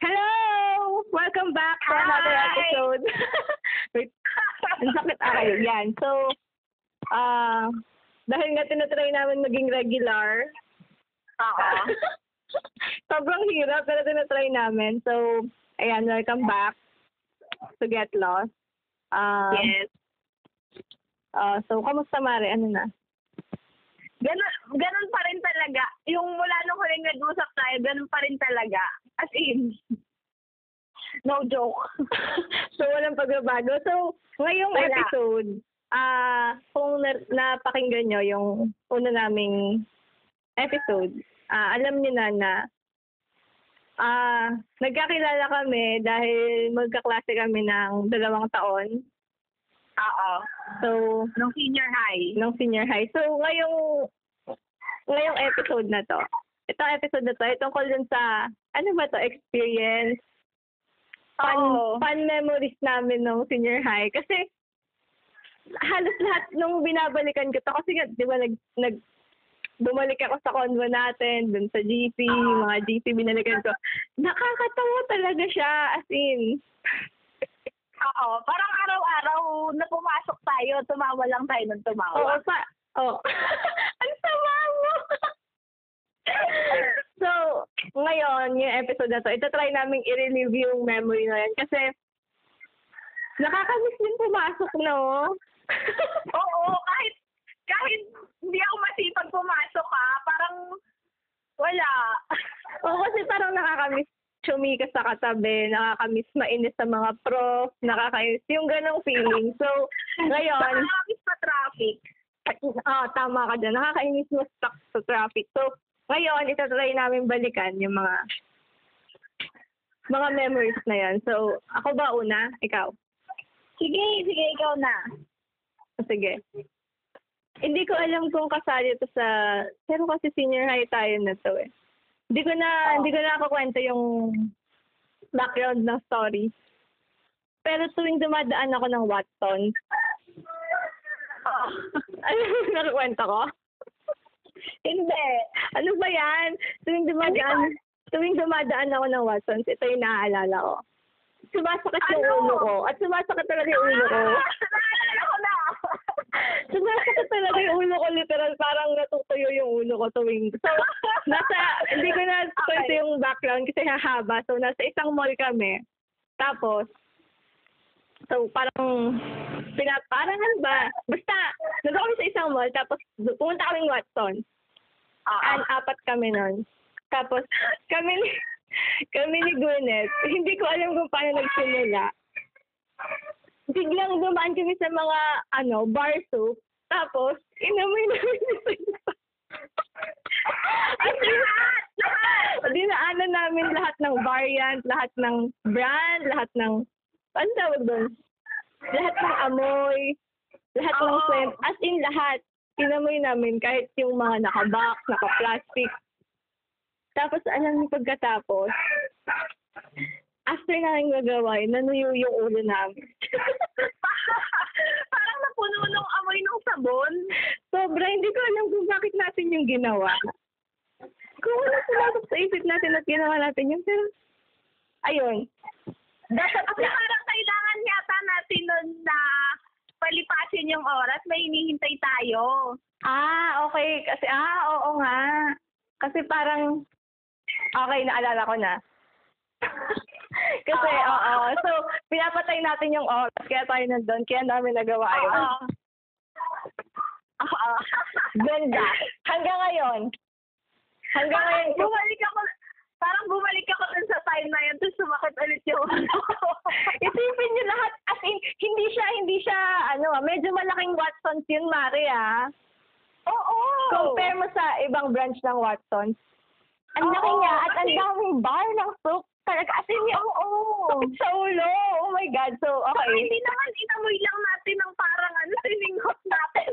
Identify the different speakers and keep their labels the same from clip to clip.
Speaker 1: Hello! Welcome back to another
Speaker 2: Hi!
Speaker 1: episode. Wait, ang sakit ako. Yan. So, ah, dahil nga tinatry namin maging regular,
Speaker 2: Oo.
Speaker 1: sobrang hirap pero tinatry namin. So, ayan, welcome back to Get Lost. Ah,
Speaker 2: yes.
Speaker 1: ah, so, kamusta, Mare? Ano na?
Speaker 2: Ganun, ganun pa rin talaga. Yung mula nung huling nag-usap tayo, ganun pa rin talaga. As in, no joke.
Speaker 1: so, walang pagbabago. So, ngayong
Speaker 2: Wala.
Speaker 1: episode, ah kung na- napakinggan nyo yung una naming episode, ah, alam nyo na na ah nagkakilala kami dahil magkaklase kami ng dalawang taon.
Speaker 2: Oo.
Speaker 1: So,
Speaker 2: Nung senior high.
Speaker 1: ng senior high. So, ngayong ngayong episode na to, itong episode na to, ay tungkol dun sa, ano ba to, experience, fun,
Speaker 2: Oo.
Speaker 1: fun memories namin nung senior high. Kasi, halos lahat nung binabalikan ko to, kasi nga, di ba, nag, nag, bumalik ako sa convo natin, dun sa GC, mga GC binalikan ko. Nakakatawa talaga siya, as in.
Speaker 2: Oo. Parang araw-araw na pumasok tayo, tumawa lang tayo ng
Speaker 1: Oo,
Speaker 2: tumawa.
Speaker 1: pa. Oo. Ang sama mo. so, ngayon, yung episode na to, ito try naming i-relive yung memory na yan kasi nakakamiss din pumasok, no?
Speaker 2: Oo. Kahit, kahit hindi ako masipag pumasok ha, parang wala.
Speaker 1: Oo, kasi parang nakakamiss chumika sa katabi, nakakamiss mainis sa mga prof, nakakainis, yung ganong feeling. So,
Speaker 2: Baka
Speaker 1: ngayon,
Speaker 2: nakakis pa traffic.
Speaker 1: Ah, tama ka dyan. Nakakainis mo stuck sa traffic. So, ngayon, itatry namin balikan yung mga mga memories na yan. So, ako ba una? Ikaw?
Speaker 2: Sige, sige, ikaw na.
Speaker 1: O, Sige. Hindi ko alam kung kasali ito sa... Pero kasi senior high tayo na to eh. Hindi ko na,
Speaker 2: Oo.
Speaker 1: hindi ko na kwento yung background ng story. Pero tuwing dumadaan ako ng Watson, ano yung nakukwento ko?
Speaker 2: Hindi.
Speaker 1: Ano ba yan? Tuwing dumadaan, tuwing dumadaan ako ng Watsons, ito yung naaalala ko. Sumasakit yung
Speaker 2: Ano?
Speaker 1: ulo ko. At sumasakit talaga yung ulo ko.
Speaker 2: Naalala ko na.
Speaker 1: Sumasakit talaga yung ulo ko, literal. Parang natutuyo yung ulo ko tuwing... So, nasa... Hindi ko na kwento yung background kasi hahaba. So, nasa isang mall kami. Tapos, so parang pina, parang ano ba? Basta, nandun kami sa isang mall, tapos pumunta kaming Watson.
Speaker 2: Ah,
Speaker 1: An apat kami nun. Tapos kami ni kami ni Gwyneth, hindi ko alam kung paano nagsimula. Biglang dumaan kami sa mga ano, bar soap. Tapos inamoy namin sa isa. At
Speaker 2: lahat, lahat.
Speaker 1: dinaanan namin lahat ng variant, lahat ng brand, lahat ng ano tawag doon? Lahat ng amoy, lahat ng
Speaker 2: Oo.
Speaker 1: scent, as in lahat. Inamoy namin kahit yung mga naka-box, naka-plastic. Tapos alam niyo pagkatapos, after namin magawa, yun, nanuyo yung ulo namin.
Speaker 2: Parang napuno nung amoy nung sabon.
Speaker 1: Sobra, hindi ko alam kung bakit natin yung ginawa. Kung ano pumasok sa isip natin at ginawa natin yun, pero ayun,
Speaker 2: Dapat kasi parang kailangan yata natin nun na palipasin yung oras. May hinihintay tayo.
Speaker 1: Ah, okay. Kasi, ah, oo nga. Kasi parang, okay, naalala ko na. Kasi,
Speaker 2: Oo.
Speaker 1: oo. So, pinapatay natin yung oras, kaya tayo nandun, kaya namin nagawa yun.
Speaker 2: Oo. Oo.
Speaker 1: Ganda. Hanggang ngayon. Hanggang
Speaker 2: Parang
Speaker 1: ngayon.
Speaker 2: bumalik ako, parang bumalik ako dun sa time na yun, tapos sumakit ulit yung ulo ko.
Speaker 1: Isipin niyo lahat, as in, hindi siya, hindi siya, ano, ah, medyo malaking Watsons yun, Mari, ah.
Speaker 2: Oo. Oh.
Speaker 1: Compare mo sa ibang branch ng Watsons. Ang laki
Speaker 2: Oo,
Speaker 1: niya at ang
Speaker 2: kasi-
Speaker 1: daming bar ng soap. Talaga, as in, yung
Speaker 2: Oo.
Speaker 1: Sakit sa ulo. Oh my God. So,
Speaker 2: So,
Speaker 1: okay.
Speaker 2: hindi naman inamoy lang natin ng parang ano, siningot natin.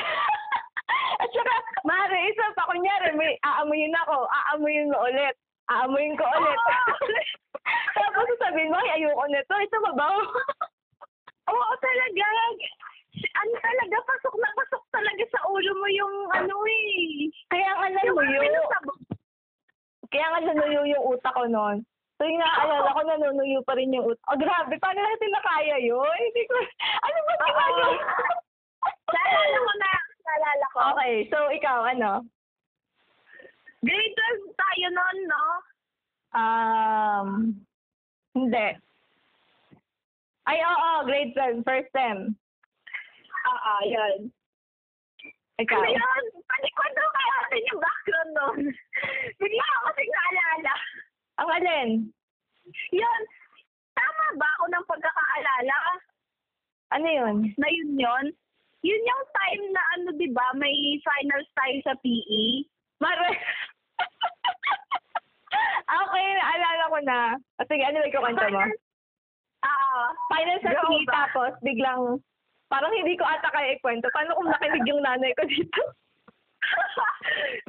Speaker 1: At saka, Mare, isa pa, kunyari, may aamuyin ako, aamuyin mo ulit, aamuyin ko ulit. Tapos sasabihin mo, ay, ayoko nito, ito mabaho.
Speaker 2: Oo, talaga. Ano talaga, ano eh.
Speaker 1: Ano ako noon. Tuwing naaalala ko, nanunuyo pa rin yung ut. Oh, grabe, paano natin nakaya yun? Hindi ko, ano ba ginagawa?
Speaker 2: Naalala ko na. Naalala ko.
Speaker 1: okay, so ikaw, ano?
Speaker 2: Grade 12 tayo noon, no?
Speaker 1: Um, hindi. Ay, oo, grade 10, first term.
Speaker 2: Oo, yun.
Speaker 1: Ah, Ikaw.
Speaker 2: Ano yun? Panikwento kaya natin yung background noon. Bigla ako kasing naalala.
Speaker 1: Ang alin?
Speaker 2: Yun. Tama ba ako ng pagkakaalala
Speaker 1: Ano yun?
Speaker 2: na yun yun? Yun yung time na ano, di ba, may finals tayo sa E? PE.
Speaker 1: Mare. okay, naalala ko na. O, sige, ano yung kwento mo?
Speaker 2: Finals- Oo.
Speaker 1: Final sa
Speaker 2: Go
Speaker 1: tea,
Speaker 2: ba?
Speaker 1: tapos biglang, parang hindi ko ata kaya ikwento. Paano kung nakinig yung nanay ko dito?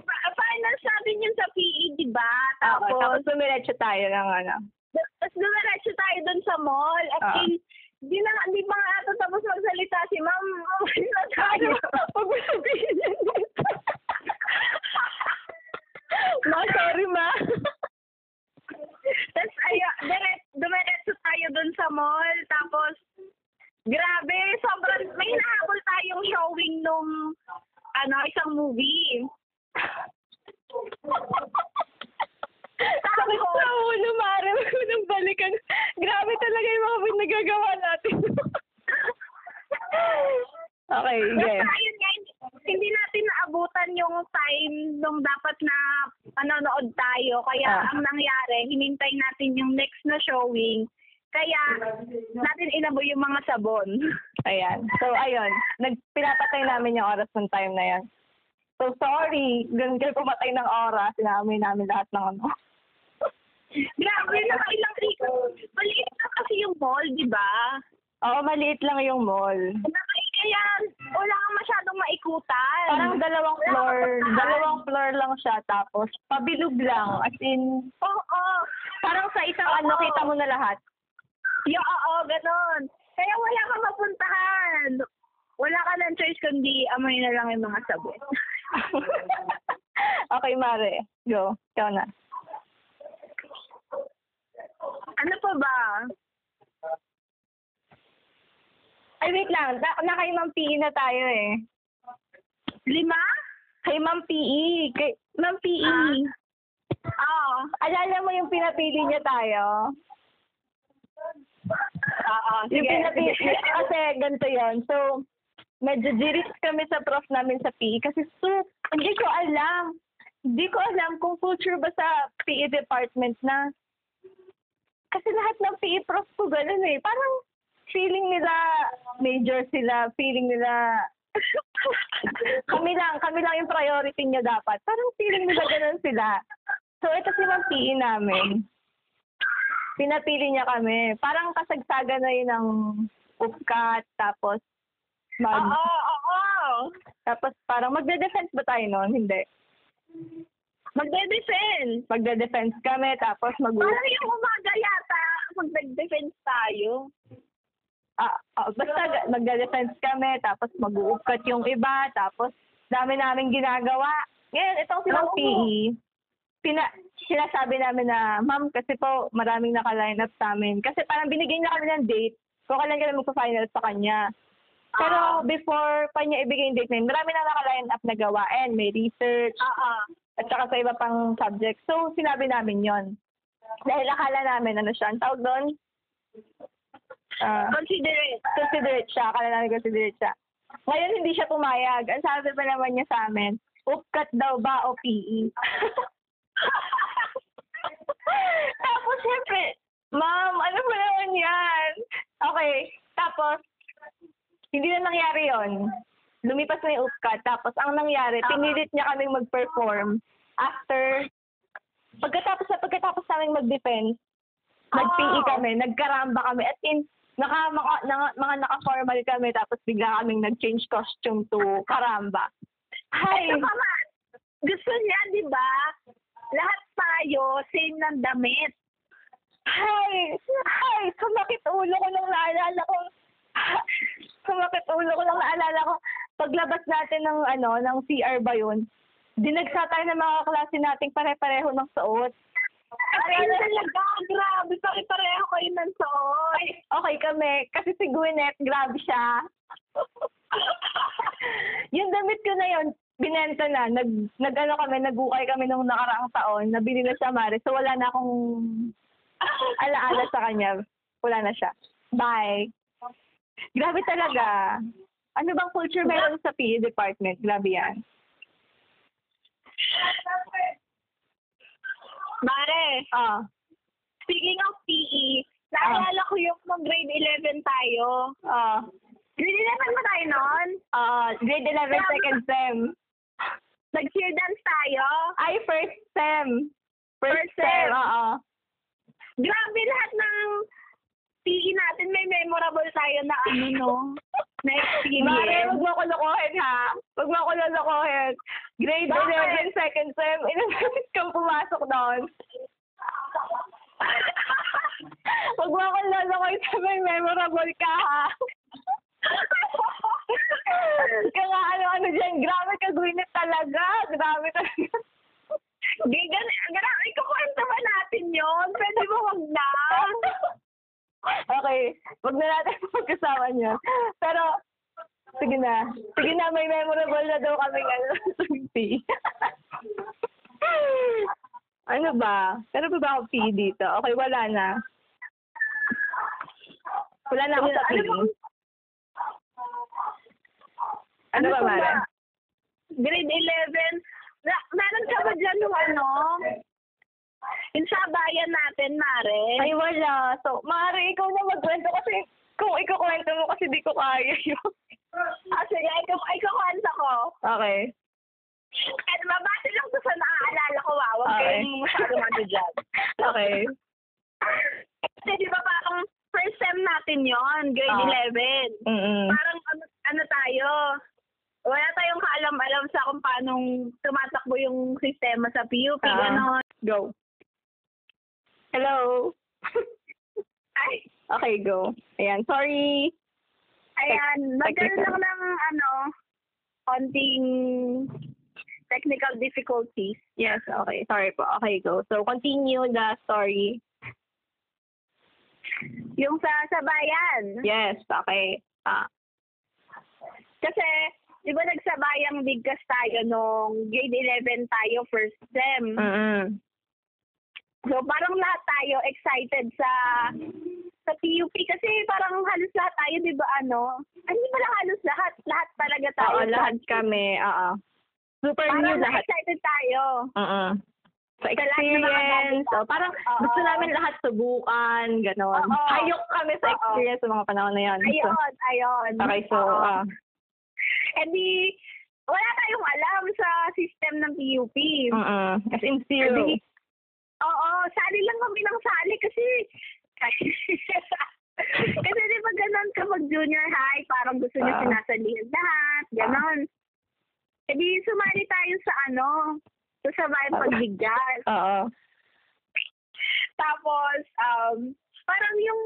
Speaker 2: Pa- finals natin yun sa PE, di ba?
Speaker 1: Tapos,
Speaker 2: Tapos,
Speaker 1: tapos dumiretso tayo ng ano.
Speaker 2: tapos dumiretso tayo doon sa mall. At
Speaker 1: Ah.
Speaker 2: in, di na, di pa nga ata tapos magsalita si ma'am. Umalis na tayo.
Speaker 1: Pag mo sabihin yun dito. Ma, sorry ma.
Speaker 2: Tapos ayun, dire- dumiretso tayo dun sa mall. Tapos, grabe, sobrang, may nahabol tayong showing nung, ano, isang movie.
Speaker 1: Sakit sa ulo, Mare. Huwag mo nang balikan. Grabe talaga yung mga pinagagawa natin. okay, yes.
Speaker 2: Basta ayun nga, hindi natin naabutan yung time nung dapat na panonood tayo. Kaya
Speaker 1: Ah.
Speaker 2: ang nangyari, hinintay natin yung next na showing. Kaya natin inaboy yung mga sabon.
Speaker 1: Ayan. So, ayun. Nag, pinapatay namin yung oras ng time na yan. So, sorry. Ganun kayo pumatay ng oras. Sinamin namin lahat ng ano.
Speaker 2: Grabe, nakailang ikot. Maliit na kasi yung mall, di ba?
Speaker 1: Oo, maliit lang yung mall.
Speaker 2: Nakai- Kaya wala kang masyadong maikutan.
Speaker 1: Parang dalawang
Speaker 2: Wala
Speaker 1: floor.
Speaker 2: kang
Speaker 1: Dalawang floor lang siya. Tapos, pabilog lang. As in,
Speaker 2: Oo. Oh,
Speaker 1: parang sa isang ano, kita mo na lahat.
Speaker 2: Yo, oo, ganun. Kaya wala kang mapuntahan. Wala ka ng choice kundi amoy na lang yung mga sabon.
Speaker 1: okay, Mare. Go. Ikaw na.
Speaker 2: ano pa ba?
Speaker 1: Ay, wait lang. Na, na kay Ma'am PE na tayo eh.
Speaker 2: Lima?
Speaker 1: Kay Ma'am PE. Kay, Ma'am PE.
Speaker 2: Ah. Oo.
Speaker 1: Alala mo yung pinapili niya tayo?
Speaker 2: Oo,
Speaker 1: yung
Speaker 2: Ah, sige.
Speaker 1: pinapili,
Speaker 2: sige.
Speaker 1: kasi ganito yon So, medyo jirit kami sa prof namin sa PE kasi so, hindi ko alam. Hindi ko alam kung culture ba sa PE department na. Kasi lahat ng PE prof ko ganun eh. Parang feeling nila major sila, feeling nila kami lang, kami lang yung priority niya dapat. Parang feeling nila ganun sila. So, ito si Ma'am PE namin pinapili niya kami. Parang kasagsagan na yun ng upkat, tapos mag,
Speaker 2: Oo, oo, oo.
Speaker 1: tapos parang magde-defense ba tayo noon? Hindi.
Speaker 2: Magde-defense.
Speaker 1: Magde-defense kami, tapos mag
Speaker 2: Parang yung umaga yata, magde-defense tayo.
Speaker 1: ah, ah, basta ga- magde-defense kami, tapos mag-uupkat yung iba, tapos dami namin ginagawa. Ngayon, itong si Ma'am
Speaker 2: Oo.
Speaker 1: PE, pina, sinasabi namin na, Ma'am, kasi po maraming naka-line up sa amin. Kasi parang binigyan niya kami ng date kung kailan kami magpa-final sa kanya. Pero
Speaker 2: Ah.
Speaker 1: before pa niya ibigay yung date na yun, marami na naka-line up na gawain. May research,
Speaker 2: Oo.
Speaker 1: at saka sa iba pang subject. So, sinabi namin yon Dahil akala namin, ano siya, ang tawag doon? Ah,
Speaker 2: Considerate.
Speaker 1: considerate siya. Akala namin considerate siya. Ngayon, hindi siya pumayag. Ang sabi pa naman niya sa amin, upkat daw ba o E?" PE? Tapos, syempre, ma'am, ano ba naman yan? Okay. Tapos, hindi na nangyari yon. Lumipas na yung UPCAT. Tapos, ang nangyari, pinilit niya kaming mag-perform after, pagkatapos na pagkatapos namin mag-defense, nag-PE
Speaker 2: Oh.
Speaker 1: kami, nagkaramba kami, at in, naka, maka, naka- mga naka-formal kami, tapos bigla kaming nag-change costume to karamba. Hi!
Speaker 2: Ito pa nga, Gusto niya, di ba? Lahat tayo, same ng damit.
Speaker 1: Hi! Hi! Sumakit ulo ko nang naalala ko. Sumakit ulo ko nang naalala ko. Paglabas natin ng ano, ng CR ba yun? Dinagsa tayo ng mga klase nating pare-pareho ng suot.
Speaker 2: Ay, talaga, grabe. Pare-pareho kayo ng suot.
Speaker 1: Okay kami. Kasi si Gwyneth, grabe siya. yung damit ko na yun, binenta na. Nag, nag ano kami, nagukay kami nung nakaraang taon. Nabili na siya, Mare. So, wala na akong alaala sa kanya. Wala na siya. Bye. Grabe talaga. Ano bang culture meron sa PE department? Grabe yan.
Speaker 2: Mare,
Speaker 1: Ah.
Speaker 2: speaking of PE, naalala ko yung nung grade 11 tayo.
Speaker 1: Ah.
Speaker 2: Grade 11 ba tayo noon?
Speaker 1: Ah, grade 11 second sem.
Speaker 2: Nag-cheer dance tayo.
Speaker 1: Ay, first sem.
Speaker 2: First sem.
Speaker 1: Oo.
Speaker 2: Grabe lahat ng PE natin. May memorable tayo na ano, no? Na
Speaker 1: Mare,
Speaker 2: experience.
Speaker 1: huwag mo ko lokohin ha. Huwag mo ko lokohin. Grade
Speaker 2: Bakit?
Speaker 1: 11, second sem. Ilang beses kang pumasok doon. Huwag mo ko lokohin sa may memorable ka ha. Kaya nga ano-ano dyan. Grabe ka, Gwyneth talaga. Grabe talaga.
Speaker 2: Gigan, ganang, ikukwento ba natin yon? Pwede mo wag na.
Speaker 1: Okay, wag na natin pag-usapan yun. Pero, sige na. Sige na, may memorable na daw kami ano, sa PE. ano ba? Pero ba ba ako PE dito? Okay, wala na. Wala na ako sa
Speaker 2: Ano
Speaker 1: PE.
Speaker 2: bang-
Speaker 1: Ano ba,
Speaker 2: pa
Speaker 1: Mare?
Speaker 2: Grade 11. Na, meron ka ba dyan yung ano? Yung sabayan natin, Mare.
Speaker 1: Ay, wala. So, Mare, ikaw na magkwento kasi kung ikukwento mo kasi di ko kaya yun.
Speaker 2: Ah, sige, ikaw, ikaw kwento ko.
Speaker 1: Okay.
Speaker 2: At mabasa lang ko sa naaalala ko, ah. Huwag
Speaker 1: Okay.
Speaker 2: kayong masyadong ano dyan.
Speaker 1: Okay.
Speaker 2: Kasi di ba parang first sem natin yon grade
Speaker 1: Ah.
Speaker 2: 11.
Speaker 1: Mm-mm.
Speaker 2: Parang ano, ano tayo, wala tayong kaalam-alam sa kung paano tumatakbo yung sistema sa PUP,
Speaker 1: Ah.
Speaker 2: gano'n.
Speaker 1: Go. Hello.
Speaker 2: Ay,
Speaker 1: Okay, go. Ayan, sorry.
Speaker 2: Ayan, magkaroon
Speaker 1: technical.
Speaker 2: lang ng ano, konting technical difficulties.
Speaker 1: Yes, okay. Sorry po. Okay, go. So, continue the story.
Speaker 2: Yung sa sabayan.
Speaker 1: Yes, okay. Ah,
Speaker 2: Kasi, di ba nagsabayang bigkas tayo nung grade 11 tayo first sem.
Speaker 1: mm
Speaker 2: So, parang lahat tayo excited sa sa PUP kasi parang halos lahat tayo, di ba ano? Ay, Hindi pala halos lahat. Lahat talaga tayo.
Speaker 1: Oo, lahat kami. Oo. Super new
Speaker 2: Parang
Speaker 1: lahat.
Speaker 2: excited tayo.
Speaker 1: mm Sa
Speaker 2: Sa lahat ng mga
Speaker 1: experience.
Speaker 2: bagay.
Speaker 1: So, parang
Speaker 2: Oo.
Speaker 1: gusto namin lahat subukan, ganon.
Speaker 2: Oo.
Speaker 1: Hayok kami sa
Speaker 2: Oo.
Speaker 1: experience sa mga panahon na yun. So,
Speaker 2: Ayun, ayun.
Speaker 1: okay, so,
Speaker 2: Oo.
Speaker 1: ah,
Speaker 2: Eh di, wala tayong alam sa system ng PUP.
Speaker 1: mm As in
Speaker 2: Eh
Speaker 1: zero.
Speaker 2: di, oo, sali lang kami ng sali kasi, kasi di ba ganun kapag junior high, parang gusto niya
Speaker 1: Ah.
Speaker 2: sinasalihan lahat, ganun. Eh di, sumali tayo sa ano, sa sabay
Speaker 1: Ah.
Speaker 2: pagbigyan.
Speaker 1: Oo.
Speaker 2: Tapos, um, parang yung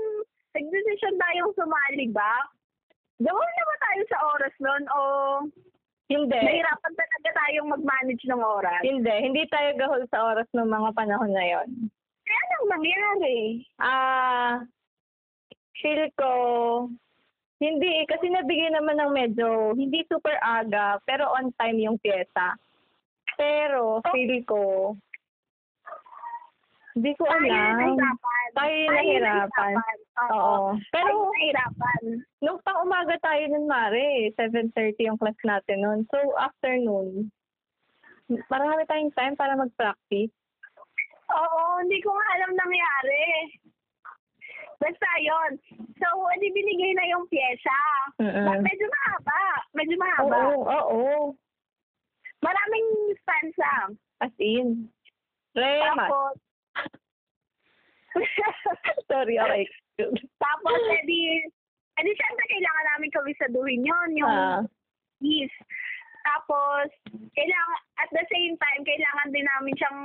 Speaker 2: nag-decision tayong sumali ba? Gawin na ba tayo sa oras nun o
Speaker 1: Hindi.
Speaker 2: nahirapan talaga tayong mag-manage ng oras?
Speaker 1: Hindi. Hindi tayo gahol sa oras ng mga panahon na yon.
Speaker 2: Kaya anong nangyari?
Speaker 1: Ah, feel ko, hindi eh, kasi nabigay naman ng medyo, hindi super aga, pero on time yung pyesa. Pero, feel ko, hindi ko
Speaker 2: Tayo yung
Speaker 1: alam.
Speaker 2: nahirapan.
Speaker 1: Tayo yung
Speaker 2: yung
Speaker 1: nahirapan.
Speaker 2: nahirapan. Oo.
Speaker 1: Oo.
Speaker 2: Pero
Speaker 1: Pero,
Speaker 2: nahirapan.
Speaker 1: nung pang umaga tayo nun, Mare, 7.30 yung class natin nun. So, afternoon, marami tayong time para mag-practice.
Speaker 2: Oo, hindi ko nga alam nangyari. Basta yun. So, hindi binigay na yung pyesa.
Speaker 1: Mm-mm.
Speaker 2: Medyo mahaba. Medyo
Speaker 1: Oo,
Speaker 2: mahaba.
Speaker 1: Hmm. oo, oo.
Speaker 2: Maraming stanza.
Speaker 1: As in. Re, ma-
Speaker 2: Tapos,
Speaker 1: Sorry, okay.
Speaker 2: tapos, edi, edi syempre kailangan namin kawisaduhin yun, yung
Speaker 1: Ah.
Speaker 2: Yes. Tapos, kailangan, at the same time, kailangan din namin siyang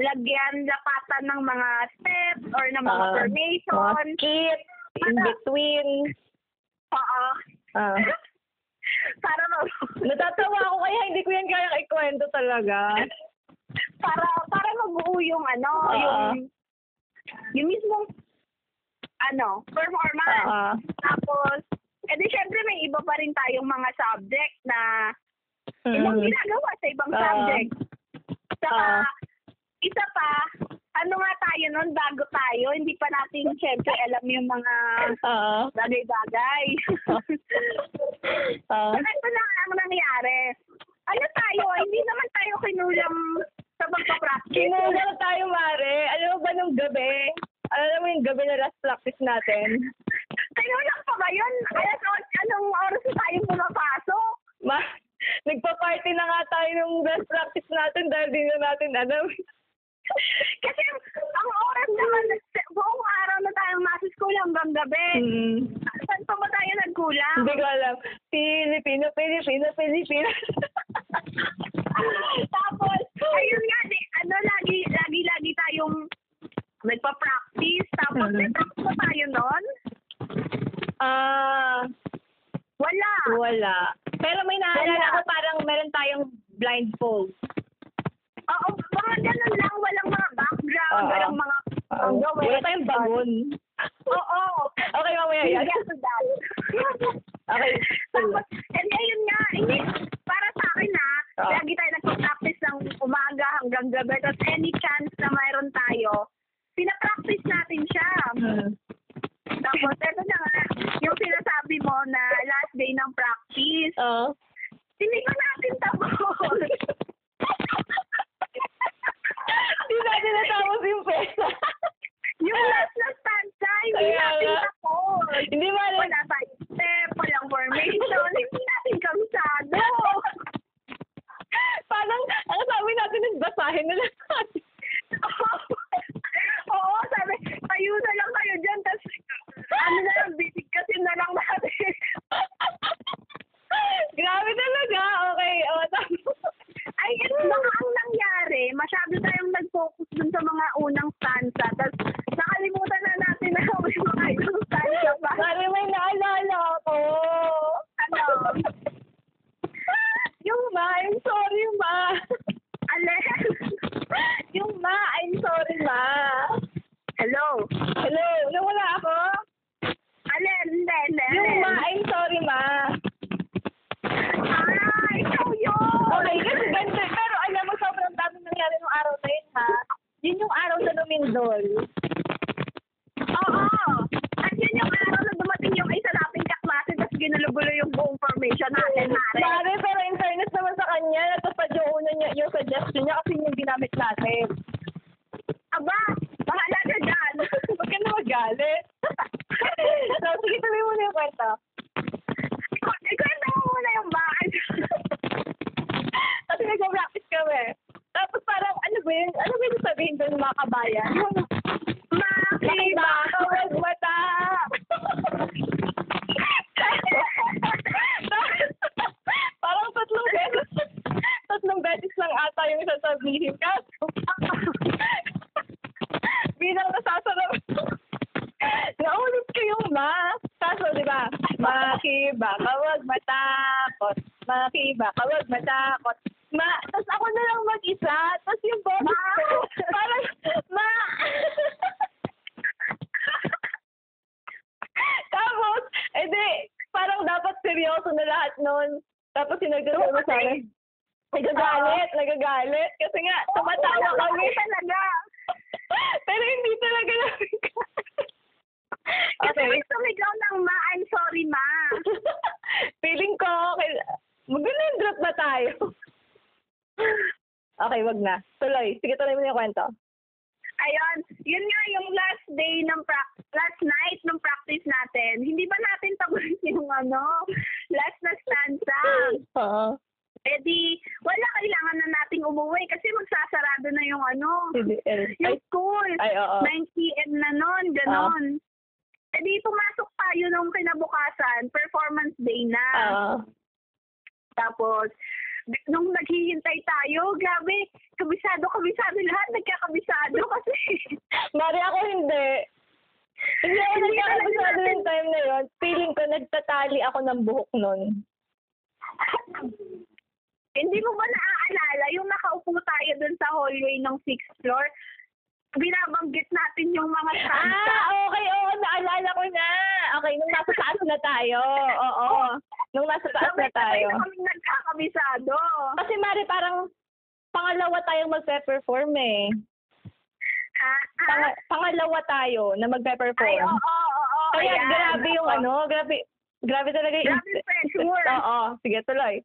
Speaker 2: lagyan, lapatan ng mga steps or ng mga
Speaker 1: Ah,
Speaker 2: formation.
Speaker 1: Mga kit, in between.
Speaker 2: Oo.
Speaker 1: Ah.
Speaker 2: para ma-
Speaker 1: natatawa ako kaya hindi ko yan kaya ikwento talaga.
Speaker 2: para para mabuo yung ano,
Speaker 1: Ah.
Speaker 2: yung Yung mismong, ano, performance.
Speaker 1: Oo.
Speaker 2: Tapos, edi syempre may iba pa rin tayong mga subject na ibang
Speaker 1: Mm.
Speaker 2: ginagawa sa ibang
Speaker 1: Oo.
Speaker 2: subject. Saka,
Speaker 1: Oo.
Speaker 2: isa pa, ano nga tayo nun, bago tayo, hindi pa natin syempre alam yung mga
Speaker 1: Oo.
Speaker 2: bagay-bagay.
Speaker 1: Oo.
Speaker 2: Saka ito na ang nangyari. Ano tayo, hindi naman tayo kinulam sa pagpa-practice.
Speaker 1: Kinula tayo, Mare. Alam mo ba nung gabi? Alam mo yung gabi na last practice natin?
Speaker 2: Kinulam pa ba yun? Alas, o- anong oras na tayo pumapasok?
Speaker 1: Ma, nagpa-party na nga tayo nung last practice natin dahil di na natin alam.
Speaker 2: Kasi ang oras naman, buong araw na tayong nasa school hanggang gabi.
Speaker 1: Hmm.
Speaker 2: Saan pa ba tayo nagkulang?
Speaker 1: Hindi ko alam. Pilipino, Pilipino, Pilipino.
Speaker 2: Tapos, ayun nga, di, ano, lagi, lagi, lagi tayong nagpa-practice. Tapos,
Speaker 1: Mhm.
Speaker 2: may tapos ba tayo nun?
Speaker 1: Ah,
Speaker 2: Wala.
Speaker 1: wala. Pero may naalala
Speaker 2: Wala.
Speaker 1: ako parang meron tayong blindfold.
Speaker 2: Oo, mga ganun lang, walang mga background,
Speaker 1: Oo.
Speaker 2: walang mga ang
Speaker 1: Ah,
Speaker 2: gawin.
Speaker 1: Oh, Wala tayong bagon.
Speaker 2: Oo.
Speaker 1: Okay, mamaya yan.
Speaker 2: Yes to that.
Speaker 1: Okay.
Speaker 2: Tapos, and ayun nga, hindi, para sa akin na,
Speaker 1: Ah.
Speaker 2: lagi tayo nagpa-practice ng umaga hanggang gabi. Tapos any chance na mayroon tayo, pinapractice natin siya. Tapos, eto na nga, yung sinasabi mo na last day ng practice,
Speaker 1: Oo.
Speaker 2: hindi ko natin tapos.
Speaker 1: Hindi natin natapos yung pera.
Speaker 2: yung last na stanza, hindi
Speaker 1: Kaya
Speaker 2: natin
Speaker 1: nga.
Speaker 2: tapos.
Speaker 1: Hindi ba alam?
Speaker 2: Wala tayong step, walang formation, hindi natin kabisado.
Speaker 1: Parang, ang sabi natin is basahin na lang natin.
Speaker 2: Oo, sabi, tayo na lang kayo dyan, tapos ano na lang, bibig kasi na lang natin.
Speaker 1: Grabe talaga. Okay, o, tapos.
Speaker 2: Ay, ito na nga ang nangyari. Masyado tayong nag-focus dun sa mga unang stanza, tapos nakalimutan na natin na may mga ibang stanza pa.
Speaker 1: Pare, may naalala ako.
Speaker 2: Ano?
Speaker 1: Yung ma, I'm sorry ma.
Speaker 2: Alen?
Speaker 1: Yung ma, I'm sorry ma.
Speaker 2: Hello?
Speaker 1: Hello, nawala ako?
Speaker 2: Alen, hindi, hindi,
Speaker 1: Yung ma,
Speaker 2: Alen.
Speaker 1: I'm sorry ma.
Speaker 2: Ah, ikaw yun!
Speaker 1: Okay, kasi ganda. Pero alam mo, sobrang dami nangyari nung araw na yun ha. Yun yung araw sa Lumindol.
Speaker 2: Oo. At yun yung araw na dumating yung isa nating kaklase tapos ginulugulo yung buong formation natin, Mare.
Speaker 1: Mare, pero in fairness naman sa kanya, natupad yung una niya, yung suggestion niya kasi yun yung ginamit natin.
Speaker 2: Aba, bahala ka dyan.
Speaker 1: Huwag ka na magalit. so, sige, tuloy mo na yung kwento.
Speaker 2: Ikaw- Ikwento mo muna yung bakit.
Speaker 1: Kasi nag-practice kami. Tapos parang, ano ba yun? Ano ba yung sabihin doon ng mga kabayan? Yung, Diba?
Speaker 2: Bakit ba?
Speaker 1: kawag mata! parang tatlong beses, tatlong beses lang ata yung sasabihin ka. Bilang nasasarap. Naulit ko yung ma. Kaso, di ba? Makiba, kawag matakot. Makiba, kawag matakot. Ma, tapos ako na lang mag-isa. Tapos yung boses ko, parang, ma. tapos, edi, parang dapat seryoso na lahat nun. Tapos yung nagsasabi sa akin, nagagalit, nagagalit. Kasi nga, tumatawa kami.
Speaker 2: talaga.
Speaker 1: Pero hindi talaga namin
Speaker 2: Kasi
Speaker 1: Okay.
Speaker 2: may sumigaw ng ma, I'm sorry ma.
Speaker 1: Feeling ko, kail- magandang drop ba tayo? okay, wag na. Tuloy. Sige, tuloy mo na yung kwento.
Speaker 2: Ayun, yun nga yung last day ng prac- last night ng practice natin. Hindi ba natin tapos yung ano, last na stanza?
Speaker 1: Oo.
Speaker 2: Eh di, wala kailangan na nating umuwi kasi magsasarado na yung ano,
Speaker 1: CDL. Ay,
Speaker 2: yung school.
Speaker 1: eh. ay, ah. oo.
Speaker 2: 9 p.m. na nun, ganon. Eh di, pumasok tayo nung kinabukasan, performance day na.
Speaker 1: Oo.
Speaker 2: Tapos, d- nung naghihintay tayo, grabe, kabisado, kabisado lahat, nagkakabisado kasi
Speaker 1: Mari ako hindi. Hindi ako
Speaker 2: Hindi talaga
Speaker 1: nagkakabusado
Speaker 2: natin-
Speaker 1: yung time na yun. Feeling ko, nagtatali ako ng buhok nun.
Speaker 2: hindi mo ba naaalala yung nakaupo tayo dun sa hallway ng 6th floor? binabanggit natin yung mga stanza.
Speaker 1: Ah, okay, oo, naalala ko na. Okay, nung nasa taas na tayo. Oo, nung nasa taas na
Speaker 2: Sabay-sabay
Speaker 1: tayo.
Speaker 2: na kaming nagkakabisado.
Speaker 1: Kasi Mari, parang pangalawa tayong magpe-perform eh.
Speaker 2: Ha? Ha?
Speaker 1: Pang- pangalawa tayo na
Speaker 2: Ah, Ay, oo,
Speaker 1: magpe-perform.
Speaker 2: oo, oo.
Speaker 1: Kaya
Speaker 2: ayan.
Speaker 1: grabe yung
Speaker 2: Oo.
Speaker 1: ano, grabe, grabe talaga yung...
Speaker 2: Grabe yung pressure.
Speaker 1: Oo, sige, tuloy.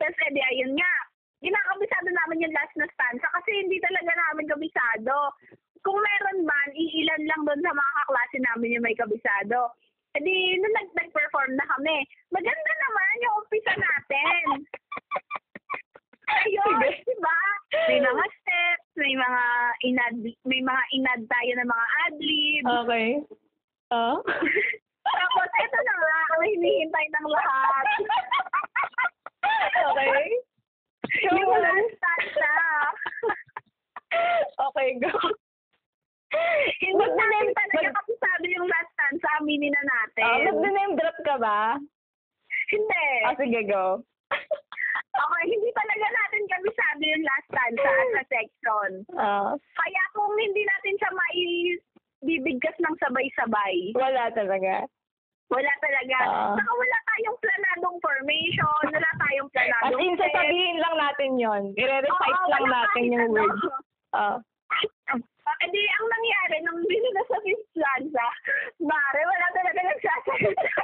Speaker 2: Tapos edi ayun nga, ginakabisado namin yung last na stanza kasi hindi talaga namin kabisado. Kung meron man, iilan lang doon sa mga kaklase namin yung may kabisado. Edi nung nag- nag-perform na kami, maganda naman yung umpisa natin. Ayun, diba?
Speaker 1: Sige.
Speaker 2: di ba? May mga steps, may mga inad, may mga inad tayo ng mga adlib.
Speaker 1: Okay. Oh?
Speaker 2: Tapos ito na nga, ang hinihintay ng lahat.
Speaker 1: okay.
Speaker 2: Yung last stanza.
Speaker 1: Okay, go.
Speaker 2: Hindi
Speaker 1: Mag-
Speaker 2: natin talaga
Speaker 1: mag-
Speaker 2: kapisado yung last stanza, aminin na
Speaker 1: Oh,
Speaker 2: natin.
Speaker 1: Nag-name drop ka ba?
Speaker 2: Hindi.
Speaker 1: Ah, sige, go.
Speaker 2: Okay, hindi talaga natin kabisado yung last stanza sa section.
Speaker 1: Ah,
Speaker 2: Kaya kung hindi natin siya maibibigkas ng sabay-sabay,
Speaker 1: wala talaga.
Speaker 2: wala talaga.
Speaker 1: Ah.
Speaker 2: Saka wala tayong planadong formation, wala tayong
Speaker 1: As
Speaker 2: planadong
Speaker 1: in,
Speaker 2: set.
Speaker 1: sasabihin lang natin yon. I-recite
Speaker 2: Oo,
Speaker 1: lang
Speaker 2: wala
Speaker 1: natin
Speaker 2: kahit
Speaker 1: yung
Speaker 2: ano.
Speaker 1: words. Ah.
Speaker 2: Ah, Hindi, ang nangyari nung dito na sa fifth plaza, mare, wala talaga nagsasalita.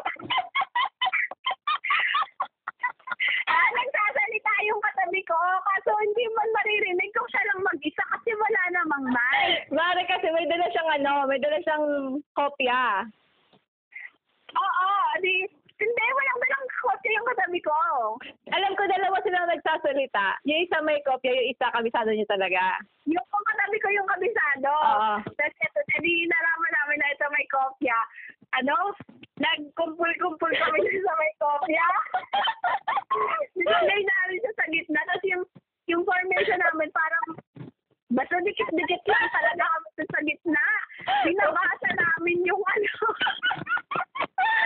Speaker 2: ah, nagsasalita yung katabi ko, Oh, kaso hindi man maririnig kung siya lang mag-isa kasi wala namang mic.
Speaker 1: Mare kasi may dala siyang ano, may dala siyang kopya.
Speaker 2: Oo, di, hindi, walang dalang kotse yung katabi ko.
Speaker 1: Alam ko dalawa silang nagsasalita. Yung isa may kopya, yung isa kabisado niya talaga.
Speaker 2: Yung kung katabi ko yung kabisado.
Speaker 1: Oo.
Speaker 2: Tapos ito, hindi nalaman namin na ito may kopya. Ano? Nagkumpul-kumpul kami dun sa may kopya. Nilagay namin siya sa gitna. Tapos yung, yung formation namin parang basta dikit-dikit lang talaga kami dun sa gitna. Binabasa namin yung ano.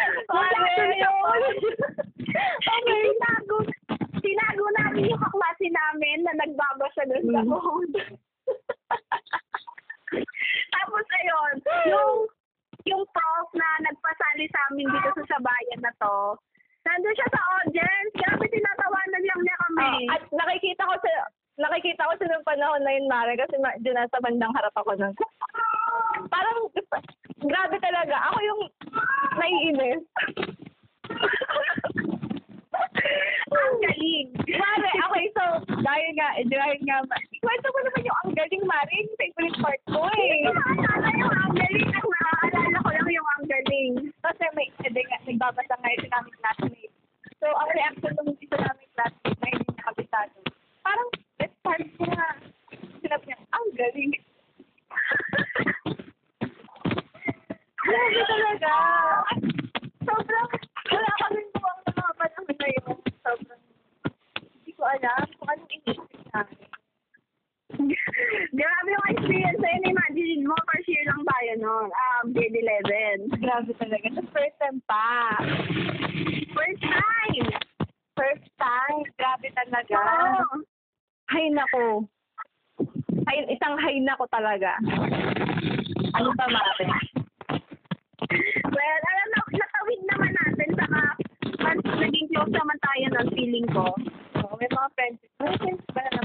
Speaker 1: Okay.
Speaker 2: Tinago, tinago namin yung kaklase namin na nagbabasa dun sa
Speaker 1: Mm.
Speaker 2: board. Tapos ayun, yung yung prof na nagpasali sa amin dito sa sabayan na to, nandun siya sa audience, grabe tinatawanan lang niya kami.
Speaker 1: Ah, at nakikita ko sa nakikita ko sa nung panahon na yun, Mare, kasi ma- dyan nasa bandang harap ako nun. Parang, grabe talaga. Ako yung naiinis.
Speaker 2: Ang galing.
Speaker 1: Mare, okay, so, dahil nga, eh, dahil nga, ma- kwento ko naman yung ang galing, Mare, yung favorite part ko eh.
Speaker 2: Yung nakakala yung ang galing, ang naaalala ko lang yung ang galing.
Speaker 1: Kasi may, hindi nga, nagbabasa nga ito namin classmate. So, ang reaction ng isa namin classmate na hindi niya kabisado. Parang, best part ko na, sinabi niya, ang galing. Grabe talaga. Sobrang, wala kami buwang na mga panahon na yun. Sobrang, hindi ko alam kung anong inisip namin.
Speaker 2: Grabe yung experience na yun. Imagine mo, first year lang tayo noon. Um, grade 11.
Speaker 1: Grabe talaga. Sa first time pa.
Speaker 2: First time!
Speaker 1: First time. Grabe talaga.
Speaker 2: Oo.
Speaker 1: Hay nako. Hay, isang hay nako talaga. Ano pa mate?
Speaker 2: Well, alam na, natawid naman natin. Saka, mas naging close naman tayo ng feeling ko.
Speaker 1: Oh, may mga friends. May friends ba na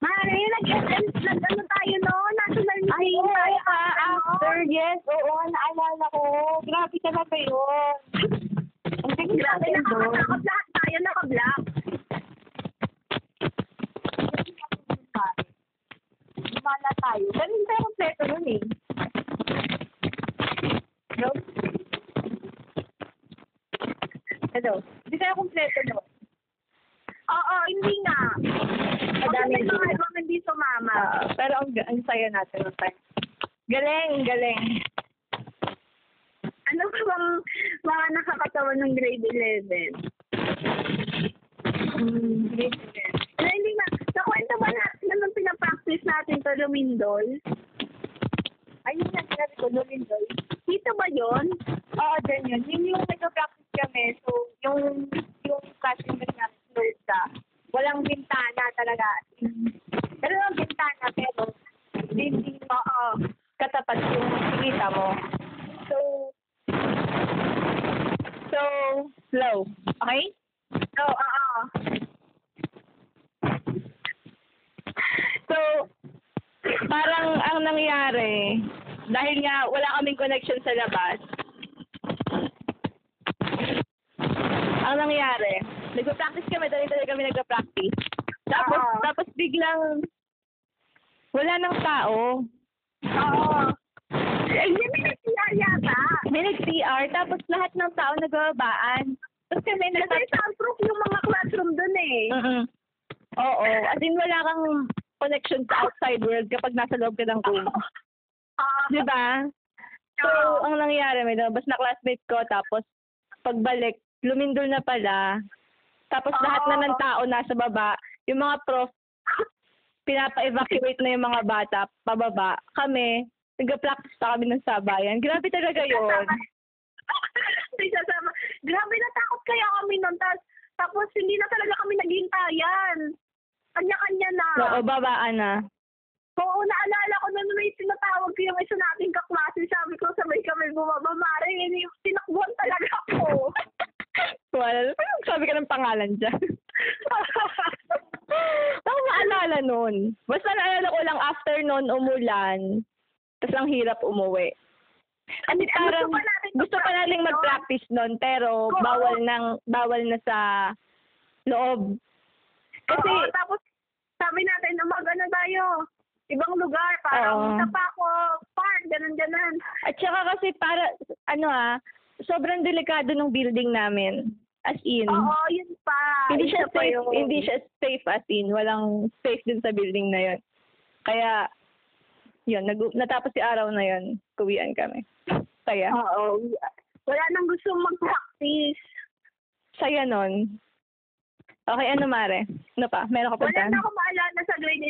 Speaker 2: Mare, nag-SM, nag-ano tayo no? National
Speaker 1: Ay, oo
Speaker 2: Museum tayo.
Speaker 1: nga.
Speaker 2: Ano?
Speaker 1: After, yes. Oo, naalala ko. Grabe talaga yun. Ang tingin
Speaker 2: Grabe,
Speaker 1: natin doon.
Speaker 2: nakakatakot lahat tayo, naka-block.
Speaker 1: Mala tayo. Ganun tayo kompleto nun eh. Hello? Hello? Hindi tayo kompleto nun.
Speaker 2: Oo, hindi nga.
Speaker 1: Madami.
Speaker 2: Madami mga ibang hindi sumama.
Speaker 1: Ah, pero ang, ang saya natin ng time. Galing, galing.
Speaker 2: Ano ba bang mga nakakatawa ng grade 11?
Speaker 1: Mm, great.
Speaker 2: Na hindi na, nakwento ba natin na nung pinapractice natin to lumindol?
Speaker 1: Ayun nga, sinabi ko, Lolindol.
Speaker 2: Dito ba yon?
Speaker 1: Oo, dyan yun. Yun yung nag-practice kami. So, yung, yung classroom na namin closed siya. Walang bintana talaga. Pero yung bintana, pero hindi
Speaker 3: Okay?
Speaker 2: So, oo.
Speaker 1: So, parang ang nangyari, dahil nga wala kaming connection sa labas, ang nangyari, nagpa-practice kami, dali-dali kami nagpa-practice. Tapos,
Speaker 2: Oo.
Speaker 1: tapos biglang, wala nang tao.
Speaker 2: Oo. Eh, hindi minitiyan yata.
Speaker 1: May nag-CR, tapos lahat ng tao nagbabaan. Tapos kami
Speaker 2: Kasi
Speaker 1: nagpa-
Speaker 2: soundproof yung mga classroom dun eh.
Speaker 1: Mm-mm. Oo, as in wala kang connection sa outside world kapag nasa loob ka ng room.
Speaker 2: Oo.
Speaker 1: Di ba? So, ang nangyari, may lumabas na classmate ko, tapos pagbalik, lumindol na pala. Tapos lahat na ng tao nasa baba. Yung mga prof, pinapa-evacuate na yung mga bata pababa. Kami, nag-practice pa kami ng sabayan. Grabe talaga yun.
Speaker 2: Hindi sasama. Grabe, natakot kaya kami nun. Tapos, tapos hindi na talaga kami naghintayan. Kanya-kanya na.
Speaker 1: Oo, babaan na.
Speaker 2: Oo, naalala ko nun may tinatawag ko yung isa nating kaklase. Sabi ko, sabay kami bumaba. Mare, yun yung tinakbuhan talaga ako.
Speaker 1: Well, parang sabi ka ng pangalan dyan. Ako maalala nun. Basta naalala ko lang after nun umulan. Tapos ang hirap umuwi.
Speaker 2: I mean,
Speaker 1: parang
Speaker 2: gusto pa natin
Speaker 1: gusto pa nating mag-practice noon pero
Speaker 2: Oo.
Speaker 1: bawal nang bawal na sa loob.
Speaker 2: Kasi,
Speaker 1: Kasi
Speaker 2: tapos sabi natin, na ano tayo, ibang lugar,
Speaker 1: Oo.
Speaker 2: parang sa Paco Park, ganun-ganun.
Speaker 1: at saka kasi para ano ah, sobrang delikado ng building namin. As in,
Speaker 2: Oo, yun pa.
Speaker 1: Hmm. hindi siya
Speaker 2: Isa pa
Speaker 1: safe,
Speaker 2: yun.
Speaker 1: hindi siya safe as in, walang safe din sa building na 'yon. Kaya yun, nag- natapos si araw na 'yon, kuwian kami. Saya.
Speaker 2: Oo. Wala nang gusto mag-practice.
Speaker 1: Saya nun. Okay, ano mare? Ano pa? Meron ka pa
Speaker 2: Wala
Speaker 1: dyan?
Speaker 2: na ako maalala sa grade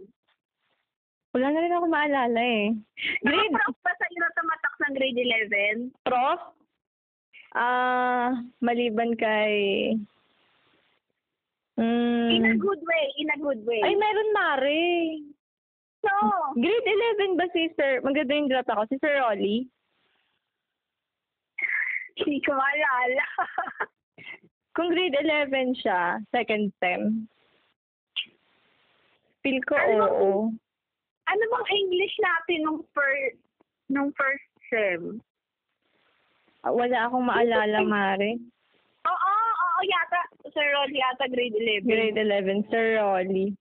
Speaker 2: 11.
Speaker 1: Wala na rin ako maalala eh. Grade
Speaker 2: Nakaprof pa sa iyo tumatak ng grade 11?
Speaker 1: Prof? Ah, maliban kay...
Speaker 2: In a
Speaker 1: Mm.
Speaker 2: good way, in a good way.
Speaker 1: Ay, meron Mare.
Speaker 2: so,
Speaker 1: Grade 11 ba si Sir? Maganda yung drop ako. Si Sir Rolly?
Speaker 2: hindi ko maalala.
Speaker 1: Kung grade 11 siya, second term. Feel ko,
Speaker 2: Ano?
Speaker 1: oo.
Speaker 2: ano bang English natin nung, per, nung first sem?
Speaker 1: Ah, Wala akong maalala, Mare.
Speaker 2: Oo, oo, yata. Sir Rod, yata grade 11.
Speaker 1: Grade 11, Sir Rolly.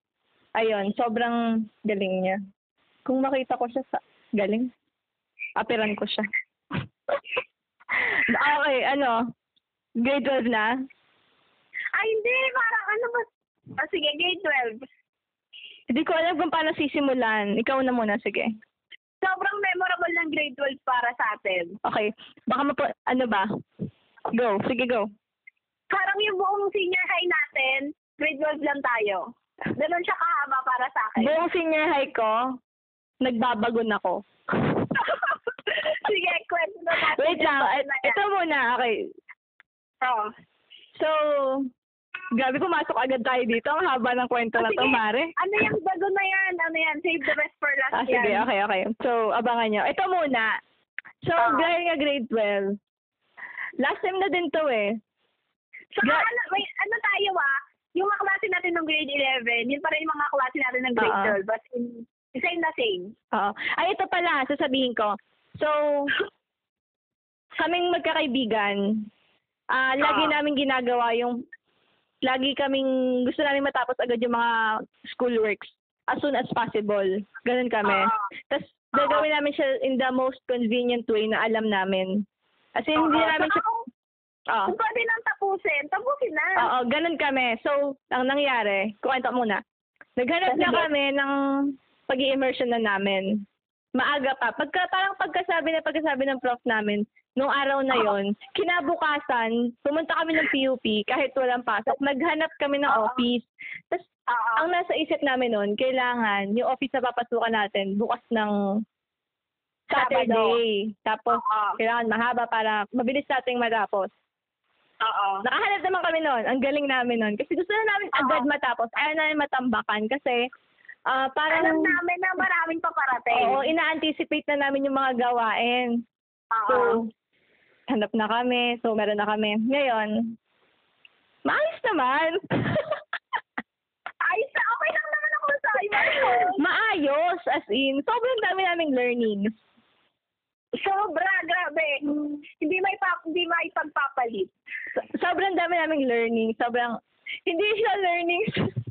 Speaker 1: Ayun, sobrang galing niya. Kung makita ko siya sa... Galing? Apiran ko siya. okay, ano? Grade 12 na?
Speaker 2: Ay, hindi. Parang ano ba? Ah, sige, grade 12.
Speaker 1: Hindi ko alam kung paano sisimulan. Ikaw na muna, sige.
Speaker 2: Sobrang memorable ng grade 12 para sa atin.
Speaker 1: Okay. Baka mapo... Ano ba? Go. Sige, go.
Speaker 2: Parang yung buong senior high natin, grade 12 lang tayo. Ganun siya kahaba para sa akin.
Speaker 1: Buong senior high ko, nagbabagon ako.
Speaker 2: sige, kwento na natin.
Speaker 1: Wait lang.
Speaker 2: Ano na yan? Oh,
Speaker 1: Ito muna. Okay.
Speaker 2: Oo.
Speaker 1: So, grabe pumasok agad tayo dito. Ang haba ng kwento na to,
Speaker 2: Sige.
Speaker 1: Mare.
Speaker 2: Ano yung bago na yan? Ano yan? Save the best for
Speaker 1: Ah,
Speaker 2: last yan.
Speaker 1: sige, okay, okay. So, abangan nyo. Ito muna. So,
Speaker 2: Ah.
Speaker 1: dahil nga grade 12, last time na din to eh.
Speaker 2: So,
Speaker 1: Gra-
Speaker 2: ano, wait, ano tayo ah? Yung mga klase natin ng grade 11, yun pa rin yung mga klase natin ng grade
Speaker 1: Oo.
Speaker 2: 12. But in, same na same.
Speaker 1: Oo. Ay, ito pala, sasabihin ko. So, kaming magkakaibigan, ah lagi
Speaker 2: Ah.
Speaker 1: namin ginagawa yung, lagi kaming, gusto namin matapos agad yung mga schoolworks as soon as possible. Ganun kami.
Speaker 2: Oo.
Speaker 1: Tapos,
Speaker 2: Oo.
Speaker 1: gagawin namin siya in the most convenient way na alam namin. As in, hindi
Speaker 2: Oo.
Speaker 1: namin siya... ah.
Speaker 2: Saka kung-
Speaker 1: Oo.
Speaker 2: Kung pwede nang tapusin, tapusin na.
Speaker 1: Oo, ganun kami. So, ang nangyari, kwento ko muna. Naghanap na
Speaker 2: Sige.
Speaker 1: kami ng pag immersion na namin. Maaga pa. Pagka, parang pagkasabi na pagkasabi ng prof namin, nung araw na yon, kinabukasan, pumunta kami ng PUP kahit walang pasok. Naghanap kami ng
Speaker 2: Oo.
Speaker 1: office. Tapos,
Speaker 2: Oo.
Speaker 1: ang nasa isip namin noon, kailangan yung office na papasukan natin bukas ng Saturday. Tapos,
Speaker 2: Oo.
Speaker 1: kailangan mahaba para mabilis nating matapos.
Speaker 2: Oo.
Speaker 1: Oh. Nakahanap naman kami noon. Ang galing namin noon. Kasi gusto na namin
Speaker 2: Oo.
Speaker 1: agad matapos. Ayaw namin matambakan kasi ah,
Speaker 2: Alam
Speaker 1: parang
Speaker 2: namin na maraming paparating.
Speaker 1: oo, ina-anticipate na namin yung mga gawain.
Speaker 2: Oo.
Speaker 1: So, hanap na kami. So, meron na kami. Ngayon, naman.
Speaker 2: Ay, sa okay lang naman ako sa iyo.
Speaker 1: Maayos, as in. Sobrang dami naming learnings.
Speaker 2: Sobra, grabe. Hindi may pa, hindi may pagpapalit.
Speaker 1: So- Sobrang dami naming learning. Sobrang, hindi siya learnings.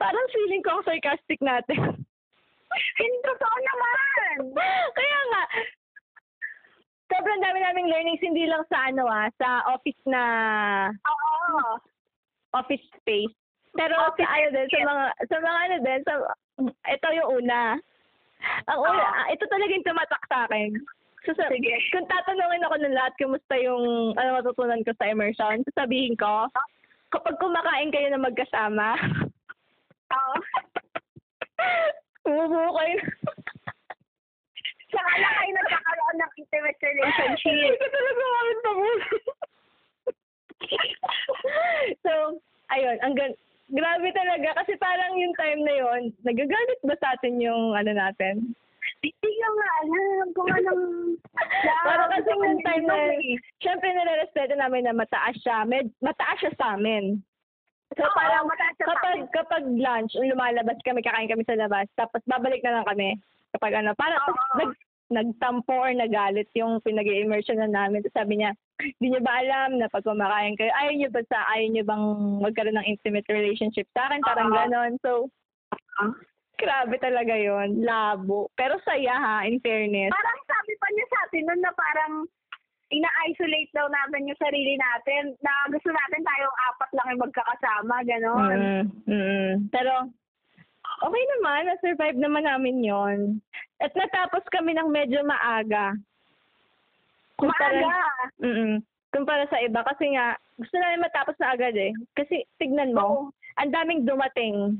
Speaker 1: Parang feeling ko ang sarcastic natin.
Speaker 2: Hindi totoo naman.
Speaker 1: Kaya nga, sobrang dami naming learnings, hindi lang sa ano ah, sa office na,
Speaker 2: Oo.
Speaker 1: office space. Pero
Speaker 2: Office
Speaker 1: sa ano din, sa
Speaker 2: space.
Speaker 1: mga, sa mga ano din, sa, ito yung una. Ang una,
Speaker 2: Ah.
Speaker 1: ah, ito talaga yung tumatak sa akin. So, sa,
Speaker 2: Sige.
Speaker 1: kung tatanungin ako ng lahat, kumusta yung ano, matutunan ko sa immersion, sasabihin ko, kapag kumakain kayo na magkasama,
Speaker 2: Oo.
Speaker 1: bumubuo kayo.
Speaker 2: Saka na kayo nagkakaroon ng intimate
Speaker 1: Hindi
Speaker 2: relationship.
Speaker 1: ko talaga mamin so, ayun, ang gan- grabe talaga kasi parang yung time na yon, nagagalit ba sa atin yung ano natin?
Speaker 2: Hindi ko nga alam kung anong...
Speaker 1: Parang kasi yung time na
Speaker 2: Ano eh.
Speaker 1: syempre nare-respeto namin na mataas siya, med, mataas siya sa amin. So
Speaker 2: Oo,
Speaker 1: parang
Speaker 2: mataas siya sa
Speaker 1: kapag,
Speaker 2: amin.
Speaker 1: kapag lunch, lumalabas kami, kakain kami sa labas, tapos babalik na lang kami. Kapag ano, parang
Speaker 2: Oo.
Speaker 1: nag, nagtampo or nagalit yung pinag immersion na namin. Tapos sabi niya, di niyo ba alam na pag kumakain kayo, ayaw niyo ba sa, ayaw niyo bang magkaroon ng intimate relationship sa akin? Parang
Speaker 2: Oo.
Speaker 1: ganon. So,
Speaker 2: Ah.
Speaker 1: grabe talaga yon Labo. Pero saya ha, in fairness.
Speaker 2: Parang sabi pa niya sa atin nun na parang ina-isolate daw natin yung sarili natin na gusto natin tayong apat lang yung magkakasama, gano'n.
Speaker 1: Mm, mm. Pero, okay naman. Na-survive naman namin yon At natapos kami ng medyo maaga.
Speaker 2: Maaga.
Speaker 1: Mm Kumpara sa iba. Kasi nga, gusto namin matapos na agad eh. Kasi tignan mo,
Speaker 2: Oo.
Speaker 1: ang daming dumating.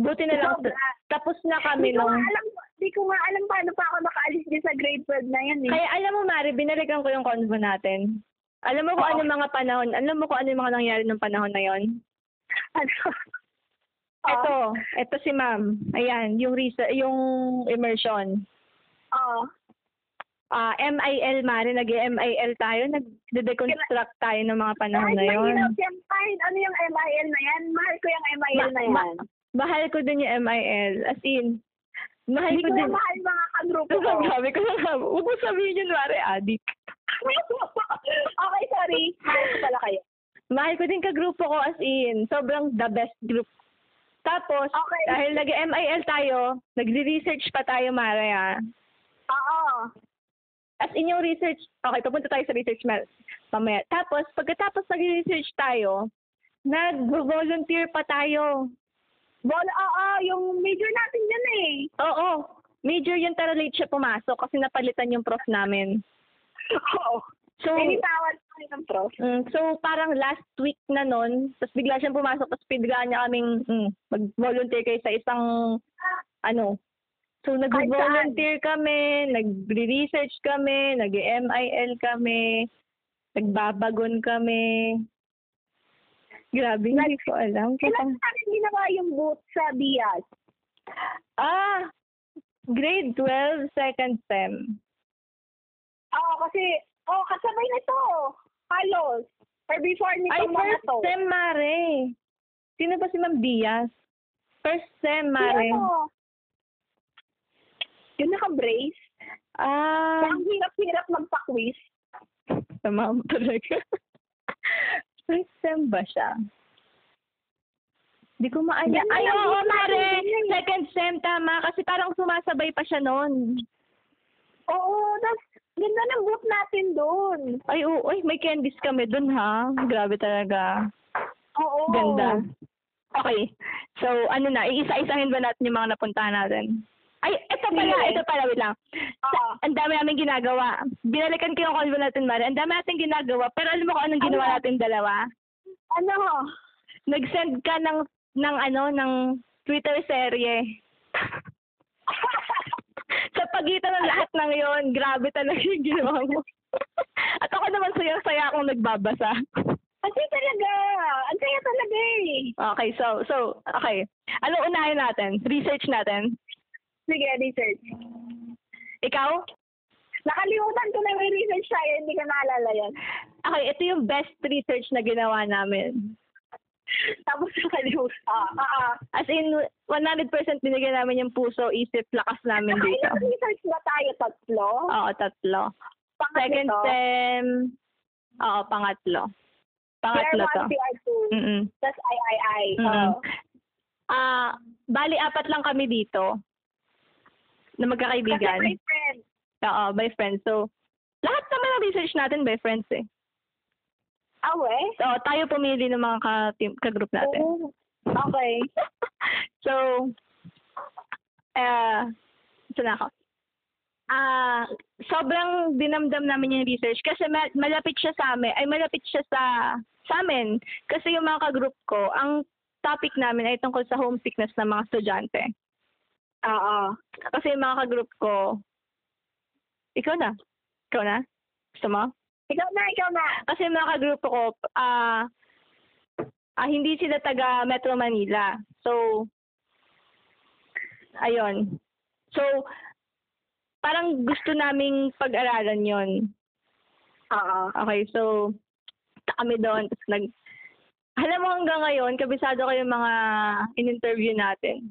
Speaker 1: Buti na lang,
Speaker 2: Sobra.
Speaker 1: tapos na kami
Speaker 2: Hindi ko
Speaker 1: nung...
Speaker 2: nga alam, hindi ko nga alam paano pa ako nakaalis din sa grade 12 na yan eh.
Speaker 1: Kaya alam mo, Mari, binalikan ko yung convo natin. Alam mo kung
Speaker 2: Oo.
Speaker 1: ano yung mga panahon, alam mo kung ano yung mga nangyari ng panahon na yon?
Speaker 2: ano? Ah.
Speaker 1: Ito, ito si ma'am. Ayan, yung, resa- yung immersion.
Speaker 2: Oo.
Speaker 1: Ah, MIL, Mari, nag-MIL tayo, nag-deconstruct tayo ng mga panahon
Speaker 2: Kahit
Speaker 1: Ano na yun.
Speaker 2: mahirap yan, kahit ano yung MIL na yan, mahal ko yung MIL
Speaker 1: Ma-
Speaker 2: na
Speaker 1: ma-
Speaker 2: yan.
Speaker 1: Mahal ko din yung MIL. As in, mahal
Speaker 2: Hindi
Speaker 1: ko
Speaker 2: ko
Speaker 1: din.
Speaker 2: na mahal mga kagrupo ko.
Speaker 1: Sabi ko lang, huwag mo sabihin yun, Mari, adik.
Speaker 2: okay, sorry. Mahal ko pala kayo.
Speaker 1: Mahal ko din kagrupo ko, as in, sobrang the best group. Tapos,
Speaker 2: Okay.
Speaker 1: dahil nag-MIL tayo, nagre-research pa tayo, Mari, ah.
Speaker 2: Oo.
Speaker 1: As in yung research, okay, papunta tayo sa research ma- mamaya. Tapos, pagkatapos nag-research tayo, nag-volunteer pa tayo.
Speaker 2: Bol, oo, yung major natin yun eh.
Speaker 1: Oo, major yun pero late siya pumasok kasi napalitan yung prof namin.
Speaker 2: Oo.
Speaker 1: So,
Speaker 2: Pinitawan ko rin ng prof.
Speaker 1: mm, so parang last week na nun, tapos bigla siyang pumasok, tapos bigla niya kaming mm, mag-volunteer kayo sa isang, ano, So, nag-volunteer kami, nag-research kami, nag-MIL kami, nagbabagon kami. Grabe, hindi ko alam.
Speaker 2: Kailan natin ginawa yung booth sa Diaz?
Speaker 1: Ah, grade 12, second sem.
Speaker 2: Oo, kasi, oo, kasabay na to. Halos. Or before
Speaker 1: Ay,
Speaker 2: nito mga
Speaker 1: first
Speaker 2: to.
Speaker 1: sem, Mare. Sino ba si Ma'am Diaz? First sem, Mare.
Speaker 2: Yung ano, Yung naka-brace.
Speaker 1: Ah,
Speaker 2: Ang hirap-hirap magpa-quiz.
Speaker 1: sa Ma'am talaga. first sem ba siya? Hindi ko maanya.
Speaker 2: Yan na
Speaker 1: Ay,
Speaker 2: lang,
Speaker 1: oo,
Speaker 2: yun na
Speaker 1: Mare.
Speaker 2: lang, yun na eh.
Speaker 1: Second sem, tama. Kasi parang sumasabay pa siya noon.
Speaker 2: Oo, tapos, ganda ng booth natin doon.
Speaker 1: Ay, oo. Ay, may candies kami dun, ha? Grabe talaga.
Speaker 2: Oo.
Speaker 1: Ganda. Okay. So, ano na, iisa-isahin ba natin yung mga napuntahan natin? Ay, ito pala,
Speaker 2: Sige.
Speaker 1: ito pala, wait lang.
Speaker 2: Oo.
Speaker 1: Ang dami namin ginagawa. Binalikan ko yung convo natin, Mari. Ang dami natin ginagawa. Pero alam mo kung anong ginawa
Speaker 2: Ano?
Speaker 1: natin dalawa?
Speaker 2: Ano?
Speaker 1: Nag-send ka ng, ng ano, ng Twitter serye. Sa pagitan ng lahat ng yon, grabe talaga yung ginawa mo. At ako naman saya-saya akong nagbabasa.
Speaker 2: Kasi talaga, ang saya talaga eh.
Speaker 1: Okay, so, so, okay. Ano unahin natin? Research natin?
Speaker 2: Sige, research.
Speaker 1: Ikaw?
Speaker 2: Nakalimutan ko na may research tayo, hindi ko naalala yan.
Speaker 1: Okay, ito yung best research na ginawa namin.
Speaker 2: Tapos nakalimutan. Ah, ah, ah.
Speaker 1: As in, 100% binigyan namin yung puso, isip, lakas namin dito.
Speaker 2: Nakailang research ba tayo tatlo?
Speaker 1: Oo, tatlo. Second
Speaker 2: Pangatlo to.
Speaker 1: sem, oo, pangatlo. Pangatlo to. Mm.
Speaker 2: PR1, PR2,
Speaker 1: Mm-mm.
Speaker 2: tas III.
Speaker 1: Mm.
Speaker 2: Oo.
Speaker 1: Ah, bali apat lang kami dito na
Speaker 2: Kasi
Speaker 1: magkakaibigan.
Speaker 2: may friend.
Speaker 1: Oo, by friends. So, lahat naman ng research natin by friends eh.
Speaker 2: Ah, we?
Speaker 1: So, tayo pumili ng mga ka-team, ka-group natin.
Speaker 2: Oo. Okay.
Speaker 1: so, eh, ito na ako. Ah, sobrang dinamdam namin yung research kasi ma- malapit siya sa amin, ay malapit siya sa sa amin kasi yung mga ka-group ko, ang topic namin ay tungkol sa homesickness ng mga estudyante.
Speaker 2: Oo.
Speaker 1: Kasi yung mga ka-group ko, ikaw na. Ikaw na? Gusto mo?
Speaker 2: Ikaw na, ikaw na.
Speaker 1: Kasi yung mga ka-group ko, ah, ah, hindi sila taga Metro Manila. So, ayun. So, parang gusto naming pag-aralan yon
Speaker 2: Oo.
Speaker 1: Okay, so, ta- kami doon. Tapos nag, alam mo hanggang ngayon, kabisado ko yung mga in-interview natin.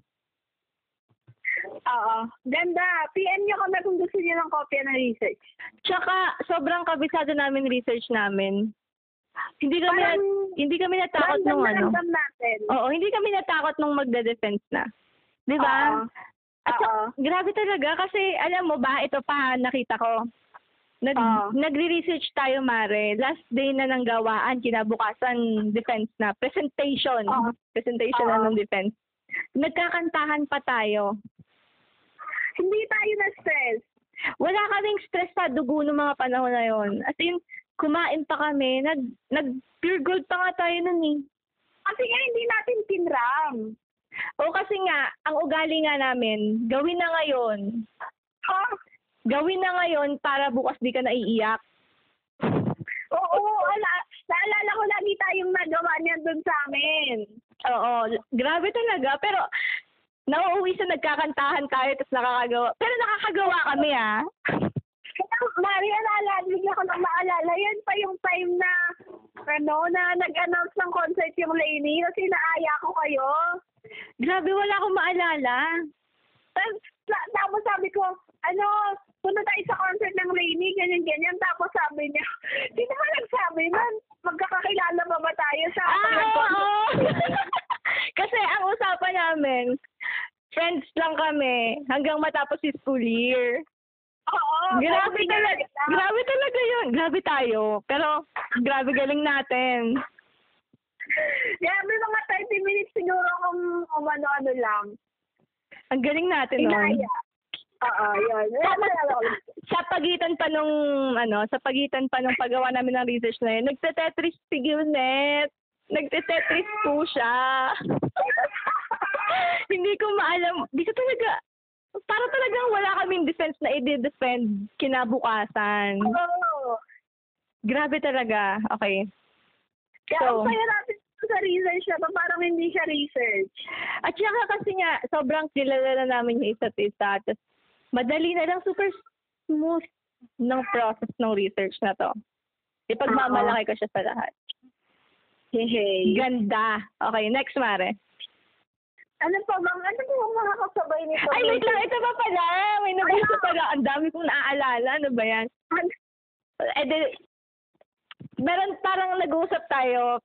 Speaker 2: Oo. Ganda. PM nyo kami kung gusto nyo ng kopya ng research.
Speaker 1: Tsaka, sobrang kabisado namin research namin. Hindi kami,
Speaker 2: Parang
Speaker 1: hindi kami natakot
Speaker 2: random
Speaker 1: nung
Speaker 2: na
Speaker 1: ano.
Speaker 2: random natin.
Speaker 1: Oo, hindi kami natakot nung magde-defense na. Di ba?
Speaker 2: Oo.
Speaker 1: diba? At sa-
Speaker 2: Oo.
Speaker 1: grabe talaga kasi alam mo ba, ito pa nakita ko. Nag,
Speaker 2: Oo.
Speaker 1: Nagre-research tayo, Mare. Last day na ng gawaan, kinabukasan defense na. Presentation.
Speaker 2: Oo.
Speaker 1: Presentation
Speaker 2: Oo.
Speaker 1: na ng defense. Nagkakantahan pa tayo.
Speaker 2: Hindi tayo na-stress.
Speaker 1: wala kaming stress sa dugo ng mga panahon na yon. As in, kumain pa kami, nag, nag pure gold pa nga tayo nun eh.
Speaker 2: Kasi nga hindi natin tinram.
Speaker 1: O kasi nga, ang ugali nga namin, gawin na ngayon.
Speaker 2: Ha?
Speaker 1: Gawin na ngayon para bukas di ka naiiyak.
Speaker 2: Oo, ala, naalala ko lagi tayong nagawa niyan doon sa amin.
Speaker 1: Oo, l- grabe talaga. Pero, nauuwi sa nagkakantahan tayo tapos nakakagawa. Pero nakakagawa kami ah.
Speaker 2: Kaya, Mari, alala, bigla ko lang maalala, yan pa yung time na, ano, na nag-announce ng concert yung Lainey, kasi naaya ko kayo.
Speaker 1: Grabe, wala akong maalala.
Speaker 2: Tapos, sa- tapos sabi ko, ano, punta tayo sa concert ng Lainey, ganyan-ganyan. Tapos sabi niya, sino ba nagsabi nun? Magkakakilala ba ba tayo sa
Speaker 1: Ah,
Speaker 2: ng concert?"
Speaker 1: oo. Kasi ang usapan namin, friends lang kami hanggang matapos si school year.
Speaker 2: Oo.
Speaker 1: Ah, Grabe
Speaker 2: sabi niya,
Speaker 1: talaga. Grabe talaga yun. Grabe tayo. Pero, grabe galing natin.
Speaker 2: Yeah, may mga 30 minutes siguro kung um, ano-ano lang.
Speaker 1: Ang galing natin nun.
Speaker 2: Inaya. Oo, yun.
Speaker 1: Tapos,
Speaker 2: Naalala ko lang.
Speaker 1: sa pagitan pa nung, ano, sa pagitan pa nung paggawa namin ng research na yun, nagte-tetris si Gilnet. Nagte-tetris po siya. Hindi ko maalam. Hindi ko talaga, para talagang wala kaming defense na i-defend kinabukasan.
Speaker 2: Oo.
Speaker 1: Grabe talaga. Okay.
Speaker 2: Kaya
Speaker 1: So-
Speaker 2: ang saya natin sa research na to, parang hindi siya research.
Speaker 1: At saka kasi nga, sobrang kilala na namin yung isa't isa. Tapos, madali na lang, super smooth ng process ng research na to. Ipagmamalaki ko siya sa lahat.
Speaker 2: Hehe.
Speaker 1: Ganda. Okay, next, Mare.
Speaker 2: Ano pa bang, ano pa bang mga kasabay nito?
Speaker 1: Ay, wait lang. Ito pa pala. May nabasa
Speaker 2: Ano?
Speaker 1: pala. Ang dami kong naaalala. Ano ba yan? Eh, de, meron parang nag-uusap tayo.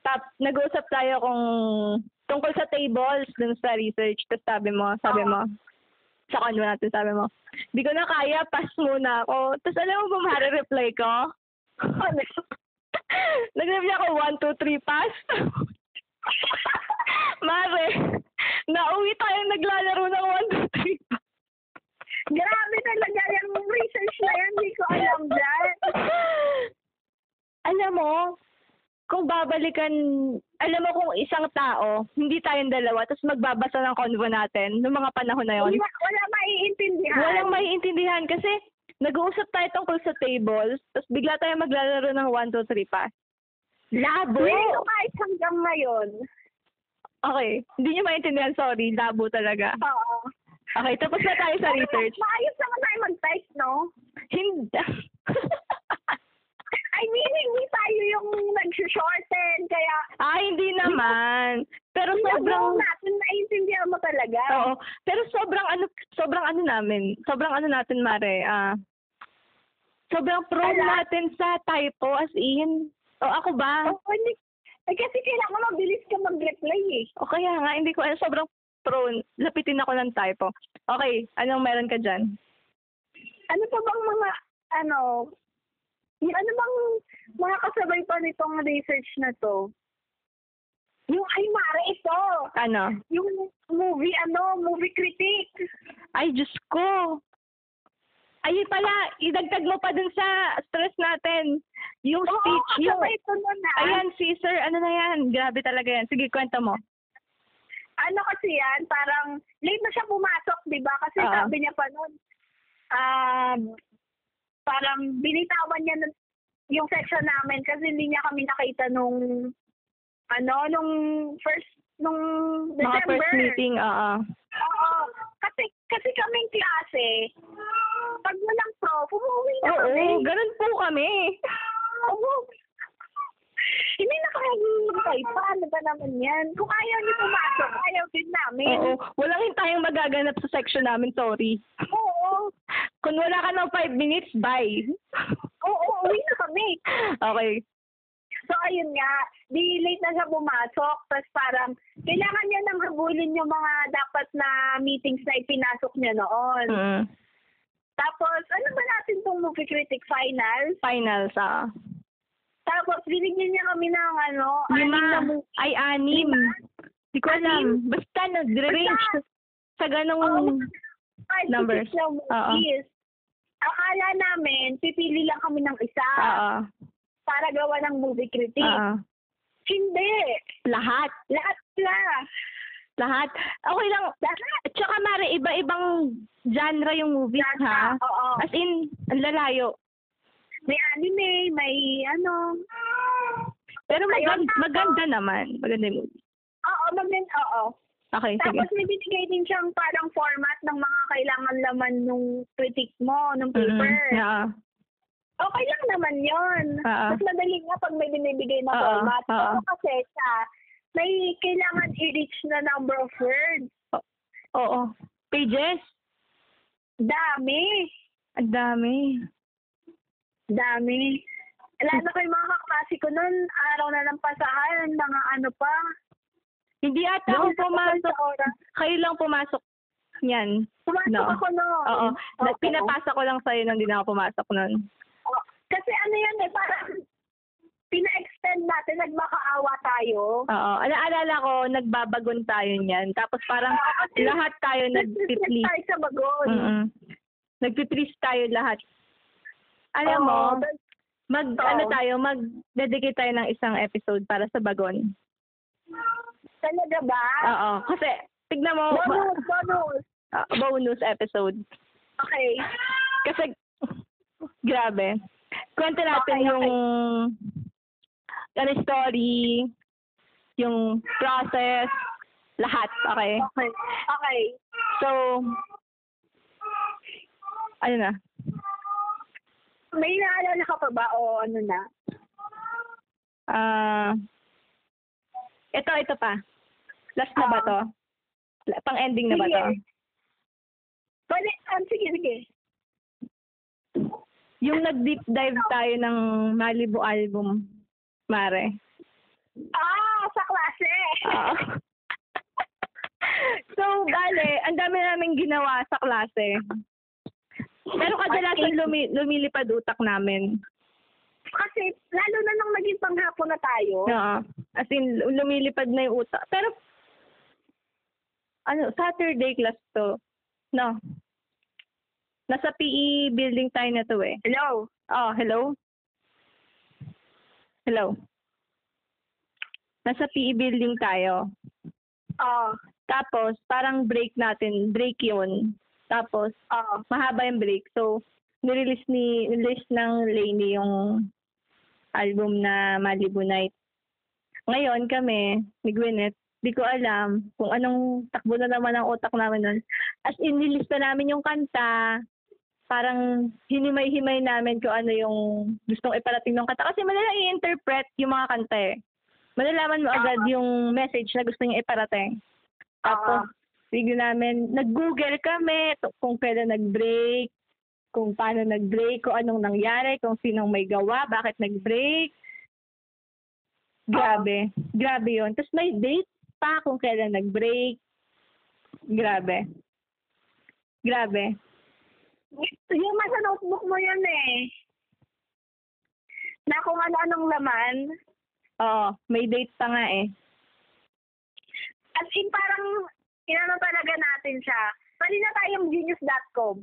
Speaker 1: Tap, nag-uusap tayo kung tungkol sa tables dun sa research. Tapos sabi mo, sabi mo, sa kanwa natin, sabi mo, di ko na kaya, pass muna ako. Tapos alam mo ba, mare-reply ko?
Speaker 2: Ano?
Speaker 1: Nag-reply ako, 1, 2, 3, pass. Mare, nauwi tayo naglalaro ng 1, 2, 3, pass.
Speaker 2: Grabe talaga yung research na yan, hindi ko alam dyan.
Speaker 1: alam mo, kung babalikan, alam mo kung isang tao, hindi tayong dalawa, tapos magbabasa ng convo natin noong mga panahon na yon.
Speaker 2: Wala, wala maiintindihan.
Speaker 1: Walang maiintindihan kasi nag-uusap tayo tungkol sa tables, tapos bigla tayo maglalaro ng 1, 2, 3 pa. Labo!
Speaker 2: Hindi ko kahit hanggang ngayon.
Speaker 1: Okay, hindi niyo maintindihan, sorry, labo talaga.
Speaker 2: Oo.
Speaker 1: Okay, tapos na tayo sa research.
Speaker 2: Maayos naman tayo mag-type, no?
Speaker 1: Hindi.
Speaker 2: I mean, hindi tayo yung nag-shorten, kaya
Speaker 1: Ay, Ah, hindi naman. Pero
Speaker 2: Sobrang
Speaker 1: sobrang
Speaker 2: natin, naiintindihan mo talaga.
Speaker 1: Oo. Pero sobrang ano, sobrang ano namin, sobrang ano natin, Mare, ah, sobrang pro
Speaker 2: Ala.
Speaker 1: natin sa typo, as in. O ako ba?
Speaker 2: Oo, hindi. Oh, Eh, kasi kailangan mabilis ka mag-reply eh.
Speaker 1: O kaya nga, hindi ko, alam, sobrang pro, lapitin ako ng typo. Okay, anong meron ka dyan?
Speaker 2: Ano pa bang mga, ano, yung ano bang mga kasabay pa nitong research na to? Yung, ay mare, ito!
Speaker 1: Ano?
Speaker 2: Yung movie, ano, movie critic.
Speaker 1: Ay, Diyos ko! Ayun pala, idagdag mo pa dun sa stress natin. Yung
Speaker 2: Oo,
Speaker 1: speech, yung...
Speaker 2: kasabay ito nun ah.
Speaker 1: Ayan, si sir, ano na yan? Grabe talaga yan. Sige, kwento mo.
Speaker 2: ano kasi yan, parang late na siya pumasok, di ba? Kasi
Speaker 1: Oo.
Speaker 2: sabi niya pa nun, um, parang binitawan niya nun- yung section namin kasi hindi niya kami nakita nung, ano, nung first, nung
Speaker 1: Mga
Speaker 2: December.
Speaker 1: first meeting, oo.
Speaker 2: Oo. Kasi, kasi kaming klase, pag walang prof, umuwi na
Speaker 1: Oo,
Speaker 2: kami.
Speaker 1: ganun po kami.
Speaker 2: Umuwi. Hindi na kami hihintay pa. Ano ba naman yan? Kung ayaw niyo pumasok, ayaw din namin.
Speaker 1: Oo, wala rin tayong magaganap sa section namin, sorry.
Speaker 2: Oo.
Speaker 1: Kung wala ka ng 5 minutes, bye.
Speaker 2: Oo, uwi na kami.
Speaker 1: Okay.
Speaker 2: So, ayun nga, di late na siya pumasok. Tapos parang, kailangan niya nang habulin yung mga dapat na meetings na ipinasok niya noon.
Speaker 1: Mm.
Speaker 2: Tapos, ano ba natin tong movie critic finals?
Speaker 1: Finals, ah.
Speaker 2: Tapos, binigyan niya kami ng ano, anim
Speaker 1: Lima.
Speaker 2: na movie.
Speaker 1: Ay, anim.
Speaker 2: Lima?
Speaker 1: Di ko alam. Basta nag-range sa, sa
Speaker 2: Oo,
Speaker 1: ganong...
Speaker 2: five to
Speaker 1: Numbers.
Speaker 2: six na movies. Akala namin, pipili lang kami ng isa
Speaker 1: Oo.
Speaker 2: para gawa ng movie critic.
Speaker 1: Oo.
Speaker 2: Hindi.
Speaker 1: Lahat.
Speaker 2: Lahat sila.
Speaker 1: Lahat. Okay lang.
Speaker 2: Lahat.
Speaker 1: Tsaka, Mare, iba-ibang genre yung movies, ha?
Speaker 2: Oo.
Speaker 1: As in, ang lalayo.
Speaker 2: May anime, may ano.
Speaker 1: Pero
Speaker 2: Ayun,
Speaker 1: maganda,
Speaker 2: tapos-
Speaker 1: maganda naman. Maganda yung movie.
Speaker 2: Oo, maganda. Oo.
Speaker 1: Okay, sige.
Speaker 2: Tapos may binigay din siyang parang format ng mga kailangan laman nung critic mo, nung
Speaker 1: Mm-mm.
Speaker 2: paper.
Speaker 1: Oo.
Speaker 2: Okay lang naman yon.
Speaker 1: Oo.
Speaker 2: Mas madali nga pag may binibigay na
Speaker 1: Ah. Oo,
Speaker 2: format.
Speaker 1: oo.
Speaker 2: Pero kasi siya, may kailangan i-reach na number of words.
Speaker 1: Oo. Pages.
Speaker 2: Dami.
Speaker 1: Ang dami.
Speaker 2: Dami. Lalo kay mga kaklase ko noon, araw na ng pasahan, mga ano pa.
Speaker 1: Hindi ata ako
Speaker 2: Doon ako
Speaker 1: pumasok.
Speaker 2: sa oras.
Speaker 1: Kayo lang pumasok. Yan.
Speaker 2: Pumasok
Speaker 1: No.
Speaker 2: ako noon.
Speaker 1: Oo. Na-
Speaker 2: Oo.
Speaker 1: Pinapasa ko lang sa'yo nung hindi na ako pumasok nun.
Speaker 2: Oh, Kasi ano yan eh, parang pina-extend natin, nagmakaawa tayo.
Speaker 1: Oo. Alaalala ko, nagbabagon tayo niyan. Tapos parang
Speaker 2: Oo, kasi
Speaker 1: lahat tayo
Speaker 2: Nag-reflect
Speaker 1: nagpiplis.
Speaker 2: tayo sa bagon.
Speaker 1: Mm-mm. Nagpiplis tayo lahat. Alam mo,
Speaker 2: Oo, tas-
Speaker 1: mag,
Speaker 2: Oo.
Speaker 1: ano tayo, mag-dedicate tayo ng isang episode para sa bagon.
Speaker 2: Talaga ba?
Speaker 1: Oo. Kasi, tignan mo,
Speaker 2: Bonus, bonus.
Speaker 1: ah, bonus episode.
Speaker 2: Okay.
Speaker 1: Kasi, grabe. Kwento natin
Speaker 2: Okay, okay.
Speaker 1: yung ano, story, yung process, lahat, okay?
Speaker 2: Okay. Okay.
Speaker 1: So, ano na?
Speaker 2: May naalala ka pa ba o ano na?
Speaker 1: Ah, ito, ito pa. Last na ba
Speaker 2: Ah.
Speaker 1: to? La- Pang-ending na ba to?
Speaker 2: Sige. Pwede, um, sige, sige.
Speaker 1: Yung nag-deep dive tayo ng Malibu album, Mare.
Speaker 2: Ah, sa klase.
Speaker 1: Oo. Ah. so, bale, ang dami namin ginawa sa klase. Pero kadalasan lumi, lumilipad utak namin.
Speaker 2: Kasi lalo na nung naging panghapon na tayo.
Speaker 1: Oo. As in, lumilipad na yung utak. Pero, ano, Saturday class to. No. Nasa PE building tayo na to eh.
Speaker 2: Hello.
Speaker 1: Oh, hello? Hello? Nasa PE building tayo.
Speaker 2: Oo.
Speaker 1: Tapos, parang break natin, break yun. Tapos,
Speaker 2: Oo.
Speaker 1: mahaba yung break. So, nirelease ni, nirelease ng Lainey yung album na Malibu Night. Ngayon kami, ni Gwyneth, di ko alam kung anong takbo na naman ang utak namin nun. As in, nilista namin yung kanta, parang hinimay-himay namin kung ano yung gustong iparating ng kanta. Kasi madala i-interpret yung mga kanta eh. malalaman mo
Speaker 2: Tama.
Speaker 1: agad yung message na gusto niya iparating. Tapos, bigla namin, nag-google kami to- kung kailan nag-break, kung paano nag-break, kung anong nangyari, kung sinong may gawa, bakit nag-break. Grabe. Grabe yon Tapos may date pa kung kailan nag-break. Grabe. Grabe.
Speaker 2: yung nasa notebook mo yun eh. Na kung ano-anong laman.
Speaker 1: Oo, may date pa nga eh.
Speaker 2: As in parang inano talaga natin siya. Mali na tayong genius.com.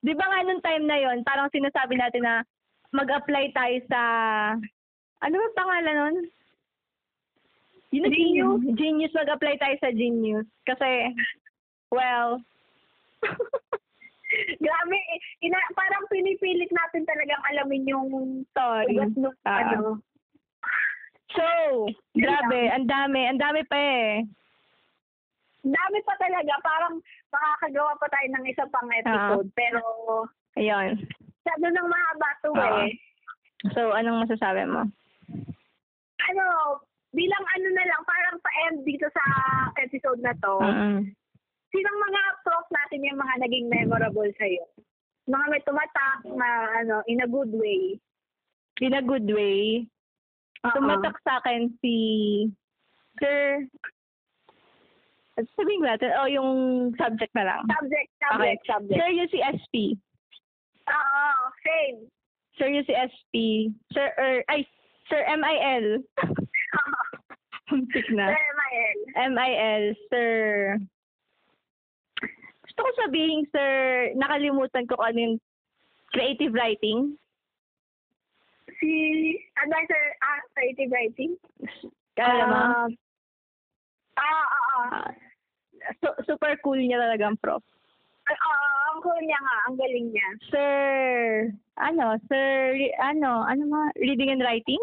Speaker 1: Di ba nga nung time na yon parang sinasabi natin na mag-apply tayo sa... Ano ba pangalan nun? Yun na
Speaker 2: Genius?
Speaker 1: Genius. Genius, mag-apply tayo sa Genius. Kasi, well,
Speaker 2: Grabe, eh. ina, parang pinipilit natin talagang alamin yung
Speaker 1: sorry.
Speaker 2: ugat ng
Speaker 1: Ah.
Speaker 2: ano.
Speaker 1: So, grabe, ang dami, ang dami pa eh.
Speaker 2: Dami pa talaga, parang makakagawa pa tayo ng isa
Speaker 1: Ah.
Speaker 2: pang episode. Pero,
Speaker 1: Ayun.
Speaker 2: sabi ng mahaba to
Speaker 1: Ah.
Speaker 2: eh.
Speaker 1: So, anong masasabi mo?
Speaker 2: Ano, bilang ano na lang, parang pa-end dito sa episode na to.
Speaker 1: Mm-mm.
Speaker 2: sinong mga props natin yung mga naging memorable sa'yo? Mga may tumatak na ano, in a good way.
Speaker 1: In a good way, Ah,
Speaker 2: Uh-uh.
Speaker 1: tumatak sa akin si Sir... Sabihin ko natin, oh, yung subject na lang.
Speaker 2: Subject, subject, subject.
Speaker 1: Sir, yun si SP.
Speaker 2: Oo, same.
Speaker 1: Sir, yun si SP. Sir, er, ay, Sir MIL. Huntik na.
Speaker 2: Sir Mael.
Speaker 1: MIL, Sir... Gusto ko sabihin, Sir, nakalimutan ko kung ano yung creative writing.
Speaker 2: Si Advisor ah, Creative Writing.
Speaker 1: Kaya mo?
Speaker 2: Ah, Oo, oo.
Speaker 1: Ah, su- super cool niya talaga ang prof.
Speaker 2: Oo, Ah, ang cool niya nga. Ang galing niya.
Speaker 1: Sir, ano, Sir, re- ano, ano mga, reading and writing?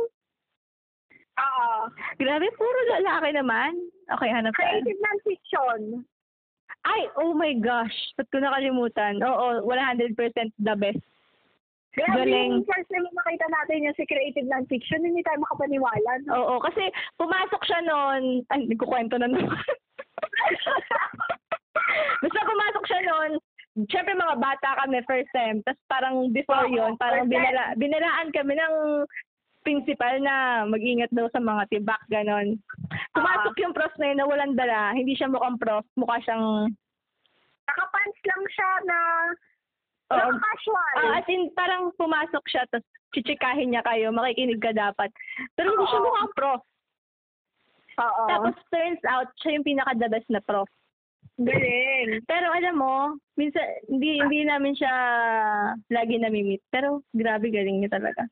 Speaker 2: Oo.
Speaker 1: Grabe, puro lalaki naman. Okay, hanap tayo.
Speaker 2: Creative non-fiction.
Speaker 1: Ay, oh my gosh. Ba't ko nakalimutan? Oo, 100% the best.
Speaker 2: Grabe
Speaker 1: Galing.
Speaker 2: yung first na makita natin yung si Creative Non-Fiction, hindi tayo makapaniwala. No?
Speaker 1: Oo, kasi pumasok siya noon. Ay, nagkukwento na naman. Basta pumasok siya noon, syempre mga bata kami first time. Tapos parang before
Speaker 2: Oo,
Speaker 1: yon parang
Speaker 2: first time.
Speaker 1: binala, binalaan kami ng principal na mag-ingat daw sa mga tibak, ganon.
Speaker 2: Ah.
Speaker 1: Pumasok yung prof na yun na walang dala. Hindi siya mukhang prof, mukha siyang...
Speaker 2: Nakapants lang siya na
Speaker 1: Oo,
Speaker 2: Parang casual.
Speaker 1: Ah, as in, parang pumasok siya, tapos chichikahin niya kayo, makikinig ka dapat. Pero hindi siya
Speaker 2: Oo.
Speaker 1: mukhang prof.
Speaker 2: Oo.
Speaker 1: Tapos turns out, siya yung pinaka-the best na prof.
Speaker 2: galing.
Speaker 1: Pero alam mo, minsan, hindi, hindi namin siya lagi nami-meet. Pero grabe galing niya talaga.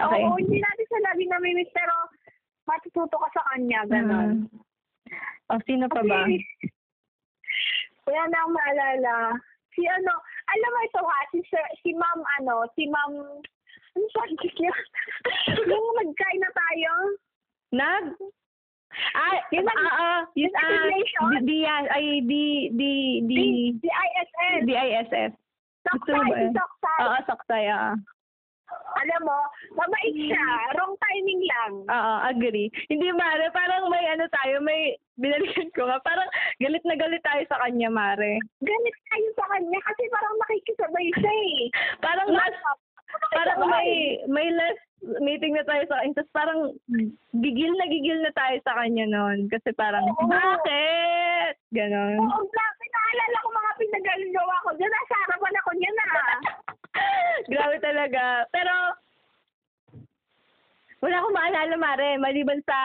Speaker 1: Okay.
Speaker 2: Oo, hindi natin siya lagi namimiss, pero matututo ka sa kanya, gano'n.
Speaker 1: Mm. O, sino pa ba?
Speaker 2: Kasi, Wala na akong maalala. Si ano, alam mo ito ha, si, sir, si ma'am ano, si ma'am, ano siya, yung magkain na tayo.
Speaker 1: Nag? Ah, yun
Speaker 2: Yung nag-
Speaker 1: ah, ah, yun
Speaker 2: yung
Speaker 1: ah,
Speaker 2: affiliation.
Speaker 1: di, di, ay, di, di, di,
Speaker 2: Si, si ISS.
Speaker 1: di ISS. gusto mo ba
Speaker 2: Soksay, si
Speaker 1: eh?
Speaker 2: Soksay.
Speaker 1: Oo, saktay, oo.
Speaker 2: Alam mo, mabait siya.
Speaker 1: Hmm.
Speaker 2: Wrong timing lang.
Speaker 1: Oo, agree. Hindi, Mare, parang may ano tayo, may, binalikan ko nga, parang galit na galit tayo sa kanya, Mare.
Speaker 2: Galit tayo sa kanya kasi parang nakikisabay siya eh.
Speaker 1: Parang mas, parang may may last meeting na tayo sa kanya. Tapos parang gigil na gigil na tayo sa kanya noon. Kasi parang,
Speaker 2: Oo.
Speaker 1: bakit? Ganon.
Speaker 2: Oo, grabe. Naalala ko mga pinagagawa ko dyan. Nasa harapan ako niya na.
Speaker 1: Grabe talaga. Pero, wala akong maalala, Mare. Maliban sa,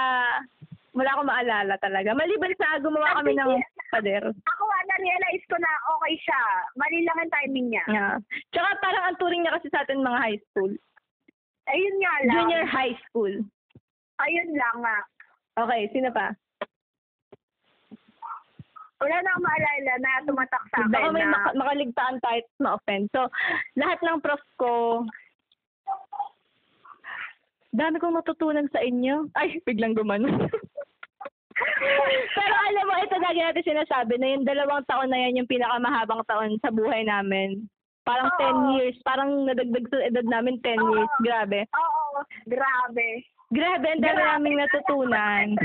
Speaker 1: wala akong maalala talaga. Maliban sa gumawa kami ng pader.
Speaker 2: Ako, ah, na-realize ko na okay siya. Mali lang ang timing niya.
Speaker 1: Yeah. Tsaka parang ang turing niya kasi sa atin mga high school.
Speaker 2: Ayun nga lang.
Speaker 1: Junior high school.
Speaker 2: Ayun lang ah. nga.
Speaker 1: Okay, sino pa?
Speaker 2: Wala na akong maalala na tumatak sa akin
Speaker 1: Baka may
Speaker 2: na.
Speaker 1: maka- makaligtaan tayo at ma-offend. So, lahat ng prof ko, dami kong matutunan sa inyo. Ay, biglang gumano. Pero alam mo, ito lagi natin sinasabi na yung dalawang taon na yan yung pinakamahabang taon sa buhay namin. Parang
Speaker 2: Oo.
Speaker 1: 10 years. Parang nadagdag sa edad namin 10 years.
Speaker 2: Oo.
Speaker 1: Grabe.
Speaker 2: Oo, grabe.
Speaker 1: Grabe, ang dami naming natutunan.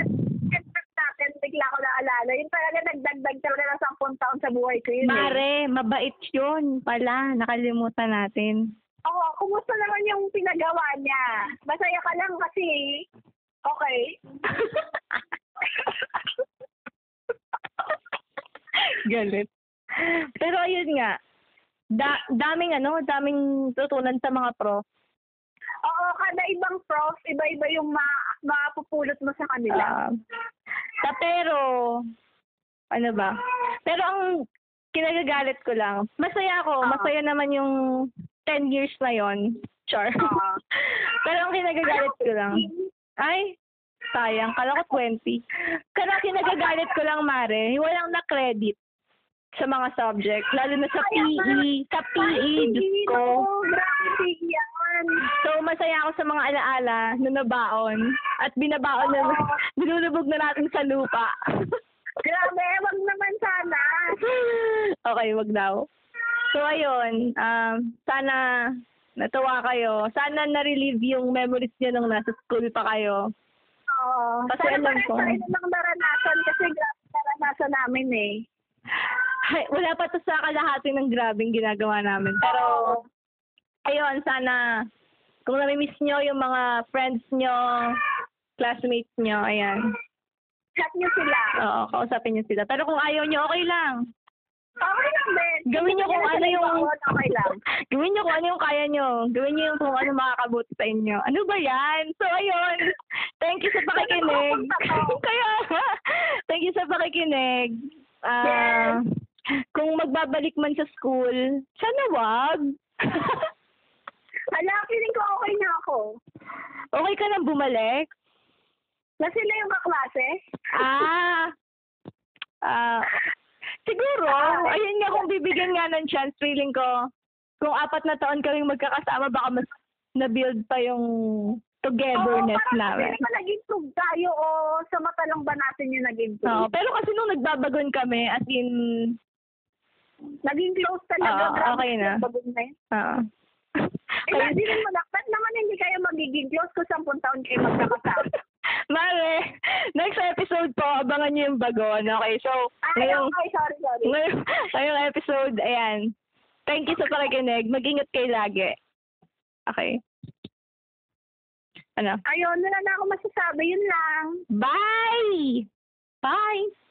Speaker 2: natin, bigla ko naalala. Yun talaga, nagdagdag talaga ng 10 taon sa buhay ko yun. eh.
Speaker 1: Mare, mabait yun pala. Nakalimutan natin.
Speaker 2: Oo, kumusta naman yung pinagawa niya? Masaya ka lang kasi, okay.
Speaker 1: Galit. Pero ayun nga, da- daming ano, daming tutunan sa mga pro.
Speaker 2: Oo, kada ibang prof, iba-iba yung ma- mapupulot mo sa
Speaker 1: Ah,
Speaker 2: kanila.
Speaker 1: sa pero, ano ba? Pero ang kinagagalit ko lang, masaya ako,
Speaker 2: Ah.
Speaker 1: masaya naman yung 10 years na yon Char.
Speaker 2: Ah.
Speaker 1: pero ang kinagagalit ko lang, ay, sayang, kala ko 20. Pero ang kinagagalit ko lang, Mare, walang na-credit sa mga subject, lalo na sa PE, sa PE, E, Diyos ko.
Speaker 2: Grabe yan.
Speaker 1: So, masaya ako sa mga alaala na nabaon at binabaon na binulubog na natin sa lupa.
Speaker 2: Grabe, wag naman sana.
Speaker 1: okay, wag daw. So, ayun. Um, sana natuwa kayo. Sana na-relieve yung memories niyo nung nasa school pa kayo.
Speaker 2: Oo.
Speaker 1: Kasi
Speaker 2: Pero
Speaker 1: alam ko.
Speaker 2: pare-pareho lang naranasan kasi grabe naranasan namin eh.
Speaker 1: Ay, wala pa to sa kalahati ng grabing ginagawa namin. Pero, ayun, sana kung nami-miss nyo yung mga friends nyo, classmates nyo, ayan.
Speaker 2: chat niyo sila.
Speaker 1: Oo, kausapin niyo sila. Pero kung ayaw niyo, okay lang.
Speaker 2: Okay lang, Ben.
Speaker 1: Gawin niyo kung ano yung-
Speaker 2: Okay lang.
Speaker 1: Gawin niyo kung ano yung kaya niyo. Gawin niyo yung kung ano makakabuti sa inyo. Ano ba yan? So, ayun. Thank you sa pakikinig. Kaya, thank you sa pakikinig. Ah, kung magbabalik man sa school, sana wag.
Speaker 2: Hala, feeling ko okay na ako.
Speaker 1: okay ka nang bumalik?
Speaker 2: Na sila yung kaklase.
Speaker 1: Ah. Ah. siguro,
Speaker 2: Ah.
Speaker 1: ayun nga kung bibigyan nga ng chance, feeling ko, kung apat na taon kaming magkakasama, baka mas na-build pa yung togetherness
Speaker 2: Oo, parang
Speaker 1: namin.
Speaker 2: Hindi pa naging tug tayo o sa mata lang ba natin yung naging tug?
Speaker 1: Oo, pero kasi nung nagbabagon kami, as in,
Speaker 2: Naging close
Speaker 1: Oo,
Speaker 2: talaga. grabe,
Speaker 1: Ah, okay na.
Speaker 2: bagong na yun.
Speaker 1: ah.
Speaker 2: Eh, hindi rin malakpat naman hindi kayo magiging close kung 10 taon kayo magkakasama.
Speaker 1: Mare, next episode po, abangan niyo yung bagon. Okay, so,
Speaker 2: Ay,
Speaker 1: ngayong,
Speaker 2: okay, sorry, sorry.
Speaker 1: ngayong, ngayong episode, ayan. Thank you sa pakikinig. Mag-ingat kayo lagi. Okay. Ano?
Speaker 2: Ayun, wala na ako masasabi. Yun lang.
Speaker 1: Bye! Bye!